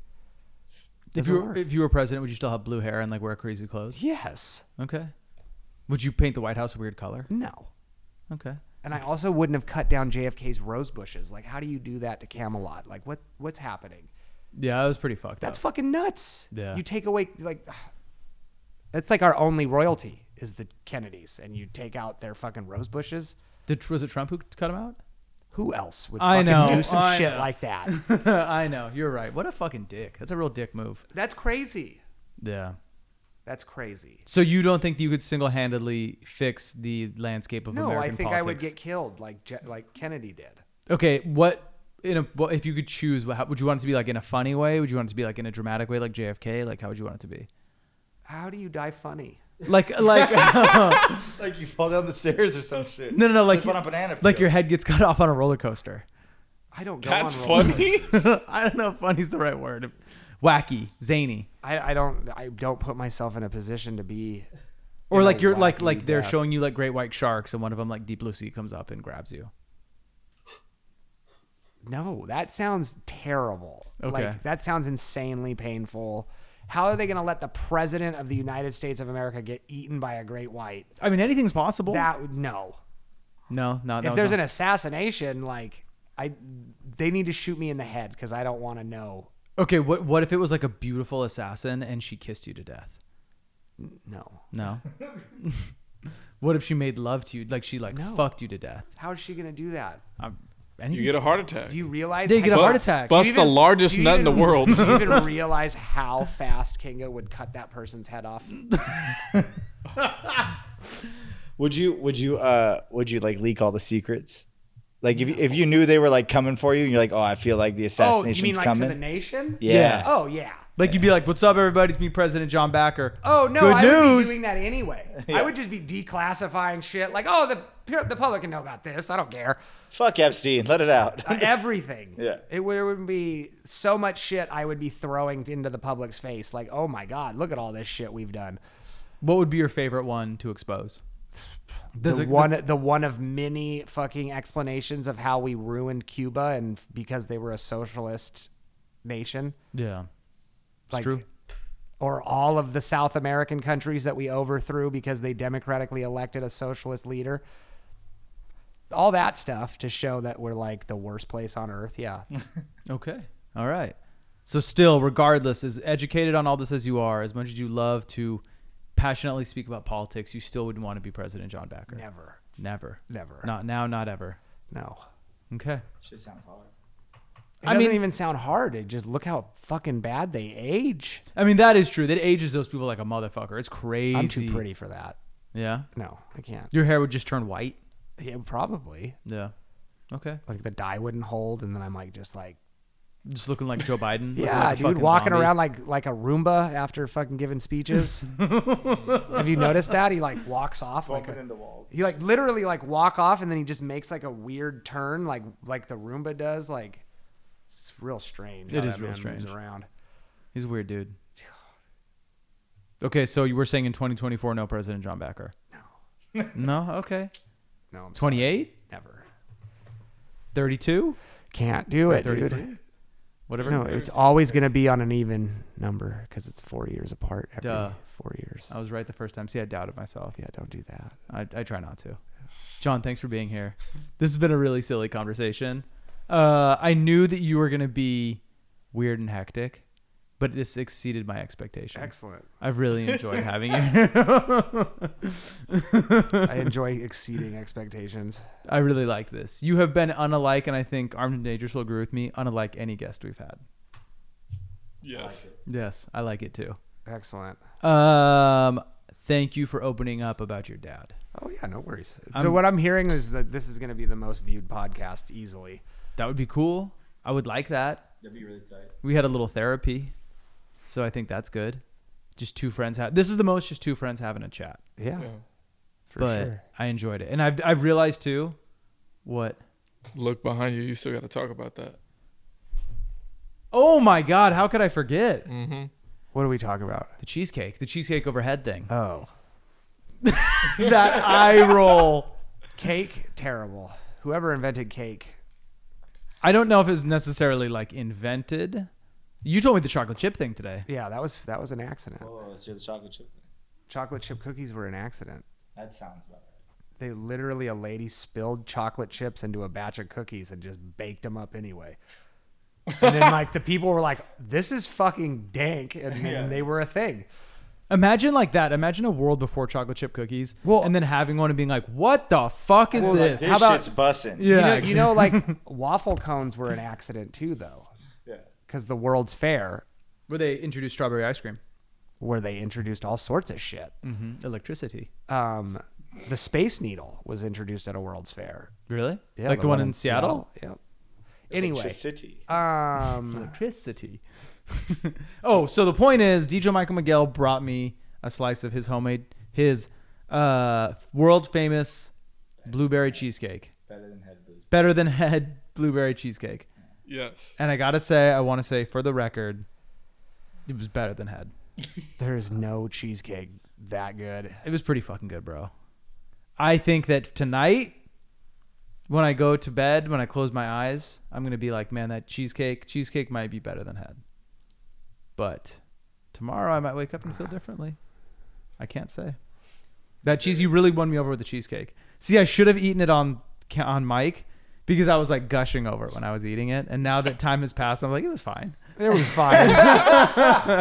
If
Doesn't
you were,
work.
if you were president, would you still have blue hair and like wear crazy clothes?
Yes.
Okay. Would you paint the White House a weird color?
No.
Okay.
And I also wouldn't have cut down JFK's rose bushes. Like, how do you do that to Camelot? Like, what what's happening?
Yeah, that was pretty fucked
That's
up.
fucking nuts.
Oh. Yeah.
You take away like that's like our only royalty is the Kennedys, and you take out their fucking rose bushes.
Did, was it Trump who cut him out?
Who else would
I
fucking
know,
do some
I
shit
know.
like that?
I know. You're right. What a fucking dick. That's a real dick move.
That's crazy.
Yeah.
That's crazy.
So you don't think you could single-handedly fix the landscape of
No,
American
I think I would
politics?
get killed like Je- like Kennedy did.
Okay, what in a what, if you could choose? What, how, would you want it to be like in a funny way? Would you want it to be like in a dramatic way, like JFK? Like how would you want it to be?
How do you die funny?
Like like no
Like you fall down the stairs or some shit.
no no like
Slip on a banana
like
peel.
your head gets cut off on a roller coaster.
I don't go
That's
on roller coasters.
funny.
I don't know if funny's the right word. Wacky, zany,
I, I don't I don't put myself in a position to be
or
in
like
a
you're like
wacky
like they're
death.
showing you like great white sharks, and one of them like deep blue sea comes up and grabs you.
No, that sounds terrible.
Okay.
Like that sounds insanely painful. How are they going to let the president of the United States of America get eaten by a great white?
I mean, anything's possible.
That would no.
no, no. that
if
was
there's
not-
an assassination, like I, they need to shoot me in the head because I don't want to know.
Okay, what what if it was like a beautiful assassin and she kissed you to death?
No.
No. what if she made love to you, like she like
No.
fucked you to death? Um,
How is she going to do that?
I'm, anything.
You get a heart attack.
Do you realize?
They get a
how-
heart attack.
Do
Bust
you
Bust the
even-
largest
do you
nut in the
even-
world.
Do you even realize how fast Kinga would cut that person's head off?
Would you would you uh would you like leak all the secrets? Like if you, if you knew they were like coming for you and you're like, "Oh, I feel like the
Oh, you
assassination's
mean like
coming."
to the nation?
yeah.
Oh yeah.
Like you'd be like, "What's up, everybody? It's me, President John Backer."
Oh no,
Good
I would
news.
be doing that anyway.
Yeah.
I would just be declassifying shit. Like, oh, the the public can know about this. I don't care.
Fuck Epstein, let it out.
Uh, everything.
Yeah.
It would, there would be so much shit I would be throwing into the public's face. Like, oh my God, look at all this shit we've done.
What would be your favorite one to expose? Does
the
it-
one, the, one of many fucking explanations of how we ruined Cuba and f- because they were a socialist nation.
Yeah, it's
Like,
true.
Or all of the South American countries that we overthrew because they democratically elected a socialist leader. All that stuff to show that we're like the worst place on earth. Yeah.
Okay, all right. So, still, regardless, as educated on all this as you are, as much as you love to passionately speak about politics, you still wouldn't want to be President John Backer.
Never.
Never.
Never.
Not now. Not ever.
No.
Okay.
Should sound hard.
It
I
doesn't
mean-
even sound hard. It just look how fucking bad they age.
I mean, that is true. That ages those people like a motherfucker. It's crazy.
I'm too pretty for that.
Yeah.
No, I can't.
Your hair would just turn white.
Yeah, probably.
Yeah. Okay.
Like the dye wouldn't hold, and then I'm like just like
Just looking like Joe Biden. looking
yeah,
like a
dude,
fucking
walking
zombie.
around like like a Roomba after fucking giving speeches. Have you noticed that he like walks off like
Bumping
a-
into walls.
he like literally like walk off, and then he just makes like a weird turn like like the Roomba does. Like it's real strange. how
It is
that
real
man moves
strange.
Around.
He's a weird dude. Okay, so you were saying in 2024, no President John Backer. No. no. Okay.
No, I'm sorry.
28,
Never
32,
can't do it, dude.
33? whatever.
No, it's always going to be on an even number because it's four years apart every
Duh. Oh.
four years.
I was right the first time. See, I doubted myself.
Yeah, don't do that.
I, I try not to. John, thanks for being here. This has been a really silly conversation. Uh, I knew that you were going to be weird and hectic, but this exceeded my expectations.
Excellent.
I've really enjoyed having you. here.
I enjoy exceeding expectations.
I really like this. You have been unalike, and I think Armin Dangerous will agree with me, unlike any guest we've had.
yes.
Yes, I like it too.
Excellent.
Um, thank you for opening up about your dad.
Oh yeah, no worries. so what I'm hearing is that this is going to be the most viewed podcast easily.
That would be cool. I would like that.
That'd be really tight.
We had a little therapy, so I think that's good. Just two friends have. This is the most just two friends having a chat.
Yeah,
Yeah.
for
but
sure.
I enjoyed it, and I've I've realized too, what.
Look behind you. You still got to talk about that.
Oh my God! How could I forget
Mm.
Mm-hmm.
What are we talking about?
the cheesecake, the cheesecake overhead thing?
Oh,
that eye roll.
cake. Terrible. Whoever invented cake.
I don't know if it's necessarily like invented. You told me the chocolate chip thing today.
Yeah, that was that was an accident.
Whoa, let's do the chocolate chip. thing.
Chocolate chip cookies were an accident.
That sounds about right.
They literally a lady spilled chocolate chips into a batch of cookies and just baked them up anyway. and then like the people were like, "This is fucking dank," and then they were a thing.
Imagine like that. Imagine a world before chocolate chip cookies,
Well-
and then having one and being like, "What the fuck is
Like,
this?"
this
How about
shit's bussin'.
yeah?
You know,
ex-
you know, like waffle cones were an accident too, though,
Yeah.
because the World's Fair,
where they introduced strawberry ice cream,
where they introduced all sorts of shit.
mm-hmm. electricity.
Um, the Space Needle was introduced at a World's Fair,
Really?
Yeah,
like the, one, in Seattle.
Yep. Anyway,
Electricity.
um,
Electricity. oh, so the point is, DJ Michael Miguel brought me a slice of his homemade, his uh, world famous blueberry cheesecake.
Better than head booze.
Better than head blueberry cheesecake.
Yes.
And I gotta say, I want to say for the record, it was better than head.
there is no cheesecake that good.
It was pretty fucking good, bro. I think that tonight, when I go to bed, when I close my eyes, I'm gonna be like, man, that cheesecake, cheesecake might be better than head. But tomorrow, I might wake up and feel differently. I can't say. That cheese, you really won me over with the cheesecake. See, I should have eaten it on ca- on Mike because I was like gushing over it when I was eating it, and now that time has passed, I'm like, it was fine.
It was fine.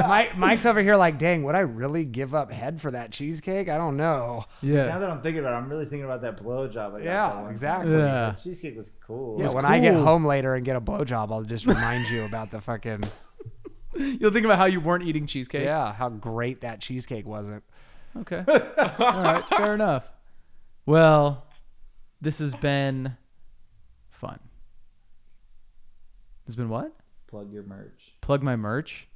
Mike, Mike's over here like, dang, would I really give up head for that cheesecake? I don't know.
Now
Yeah.
that I'm thinking about it, I'm really thinking about that blowjob. I got
Yeah,
that one time.
exactly.
Yeah.
That cheesecake was cool.
Yeah,
was
when I get
cool.
home later and get a blowjob, I'll just remind you about the fucking
You'll think about how you weren't eating cheesecake.
yeah, how great that cheesecake wasn't.
Okay. All right. Fair enough. Well, this has been fun. It's been what?
Plug your merch.
Plug my merch.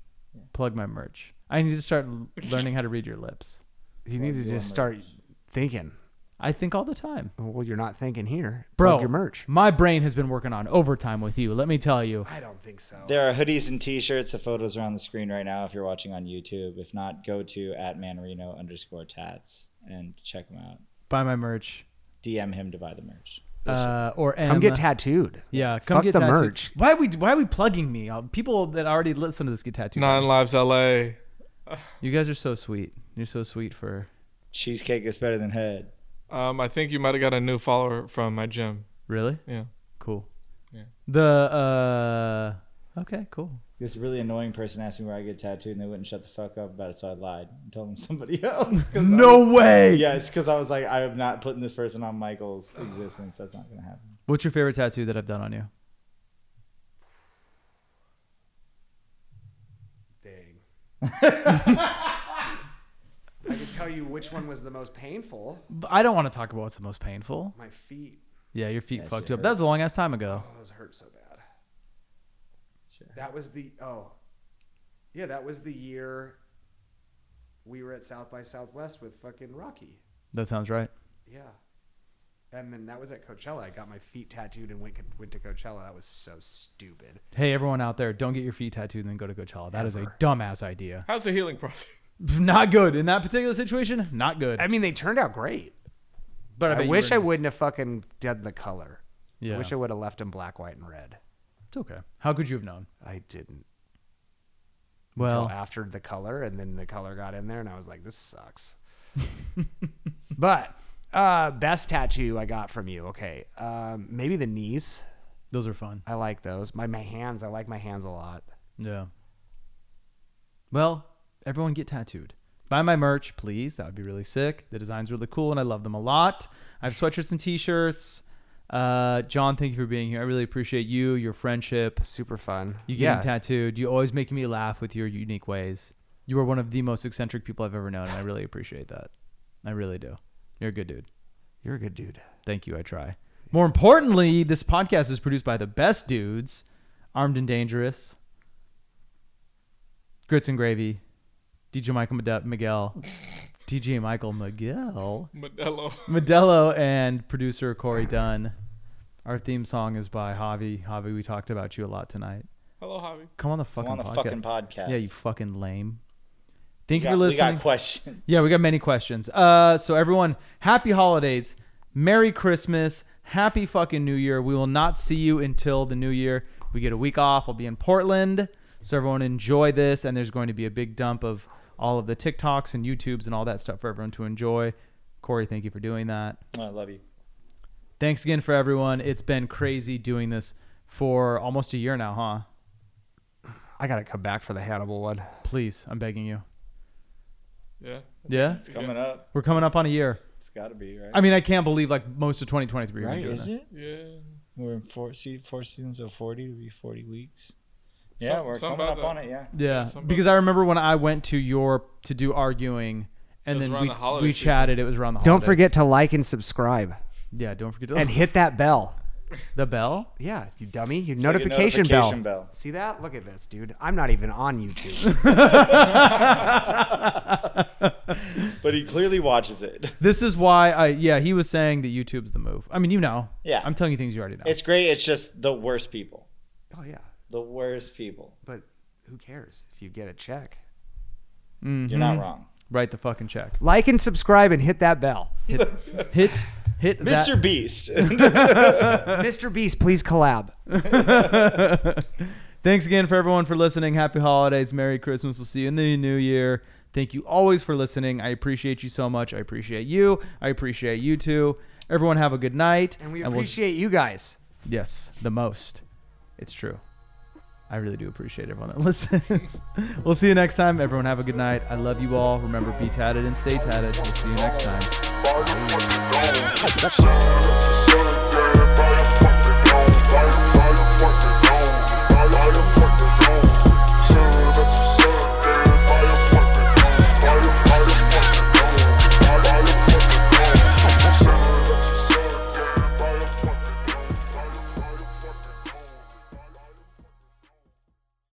Plug my merch. I need to start l- learning how to read your lips.
You need to
your
just start thinking.
I think all the time.
Well, you're not thinking here.
Bro,
Plug your merch.
my brain has been working on overtime with you. Let me tell you.
I don't think so.
There are hoodies and T-shirts. The photos are on the screen right now. If you're watching on YouTube, if not, go to at Manarino underscore tats and check him out.
Buy my merch.
DM him to buy the merch.
Uh, or
Come
M.
get tattooed.
Yeah, come
Fuck
get
the
tattooed.
merch.
Why are we why are we plugging me? Uh, People that already listen to this get tattooed.
Nine Lives LA.
You guys are so sweet. You're so sweet for
Cheesecake is better than head.
Um, I think you might have got a new follower from my gym.
really.
Yeah.
Cool.
Yeah.
The uh okay, cool.
This really annoying person asked me where I get tattooed, and they wouldn't shut the fuck up about it, so I lied and told them somebody else. 'cause I was-
way.
Yes, because I was like, I am not putting this person on Michael's existence. That's not gonna happen.
What's your favorite tattoo that I've done on you?
Dang. I could tell you which one was the most painful.
B- I don't want to talk about what's the most painful.
My feet.
Yeah, your feet
That
fucked
shit
up. That was a long ass time ago.
Oh, those hurt so bad.
Sure.
That was the oh, yeah. That was the year we were at South by Southwest with fucking Rocky.
That sounds right.
Yeah. And then that was at Coachella. I got my feet tattooed and went went to Coachella. That was so stupid.
Hey, everyone out there, don't get your feet tattooed and then go to Coachella. That is
Ever.
a dumbass idea.
How's the healing process?
Not good in that particular situation. Not good.
I mean, they turned out great.
but
I,
bet you
wish
were-
I wouldn't have fucking done the color.
Yeah.
I wish I would have left them black, white, and red.
It's okay. How could you have known?
I didn't.
Well,
Well, after the color, and then the color got in there, and I was like, this sucks. but uh, best tattoo I got from you. Okay, um, maybe the knees.
those are fun.
I like those. My my hands. I like my hands a lot.
Yeah. Well, everyone get tattooed. Buy my merch, please. That would be really sick. The design's really cool and I love them a lot. I have sweatshirts and t shirts. Uh, John, thank you for being here. I really appreciate you, your friendship,
Super fun.
you getting tattooed. You always make me laugh with your unique ways. You are one of the most eccentric people I've ever known, and I really appreciate that. I really do. You're a good dude.
You're a good dude.
Thank you. I try. More importantly, this podcast is produced by the best dudes, armed and dangerous. Grits and gravy, DJ Michael Mide- Miguel, DJ Michael Miguel,
Modelo.
Modello, and producer Corey Dunn. Our theme song is by Javi. Javi, we talked about you a lot tonight.
Hello, Javi.
Come on the fucking
on the
podcast.
fucking podcast.
Yeah, you fucking lame.
We
Thank you
got,
for
we
listening.
got questions.
Yeah, we got many questions. Uh, so everyone, happy holidays, Merry Christmas, Happy fucking New Year. We will not see you until the New Year. We get a week off. I'll be in Portland, so everyone enjoy this. And there's going to be a big dump of all of the TikToks and YouTubes and all that stuff for everyone to enjoy. Corey, thank you for doing that.
I love you.
Thanks again for everyone. It's been crazy doing this for almost a year now, huh?
I gotta come back for the Hannibal one.
Please, I'm begging you.
Yeah.
Yeah,
It's coming up.
we're coming up on a year.
It's got to be right.
I mean, I can't believe like most of 2023. Right?
right?
Doing
Is
this.
it?
Yeah.
We're in four, se- four seasons of forty. It'll be forty weeks. Yeah,
Some-
we're
some
coming
about
up on
that.
it. Yeah.
Yeah,
somebody-
because I remember when I went to your to do arguing, and
was
then
around
we,
the holiday
we
season.
chatted. It was around the
Don't
holidays.
forget to like and subscribe
yeah, don't forget to
and hit that bell.
the bell.
Yeah, you dummy. Your
a
notification,
notification
bell.
bell.
See that? Look at this, dude. I'm not even on YouTube.
But he clearly watches it.
This is why I yeah he was saying that YouTube's the move. I mean you know
Yeah.
I'm telling you things you already know.
It's great. It's just the worst people.
oh yeah,
The worst people.
but who cares if you get a check?
You're not wrong.
Mm-hmm. Write the fucking check.
Like and subscribe and hit that bell.
Hit hit hit that-
Mr. Beast.
Mr. Beast, please collab.
Thanks again for everyone for listening. Happy holidays. Merry Christmas. We'll see you in the new year. Thank you always for listening. I appreciate you so much. I appreciate you. I appreciate you too. Everyone have a good night.
And we
we'll-
appreciate you guys.
Yes, the most. It's true. I really do appreciate everyone that listens. we'll see you next time. Everyone have a good night. I love you all. Remember, be tatted and stay tatted. We'll see you next time.
Sunday, I am fucking on. I am fucking on. I am fucking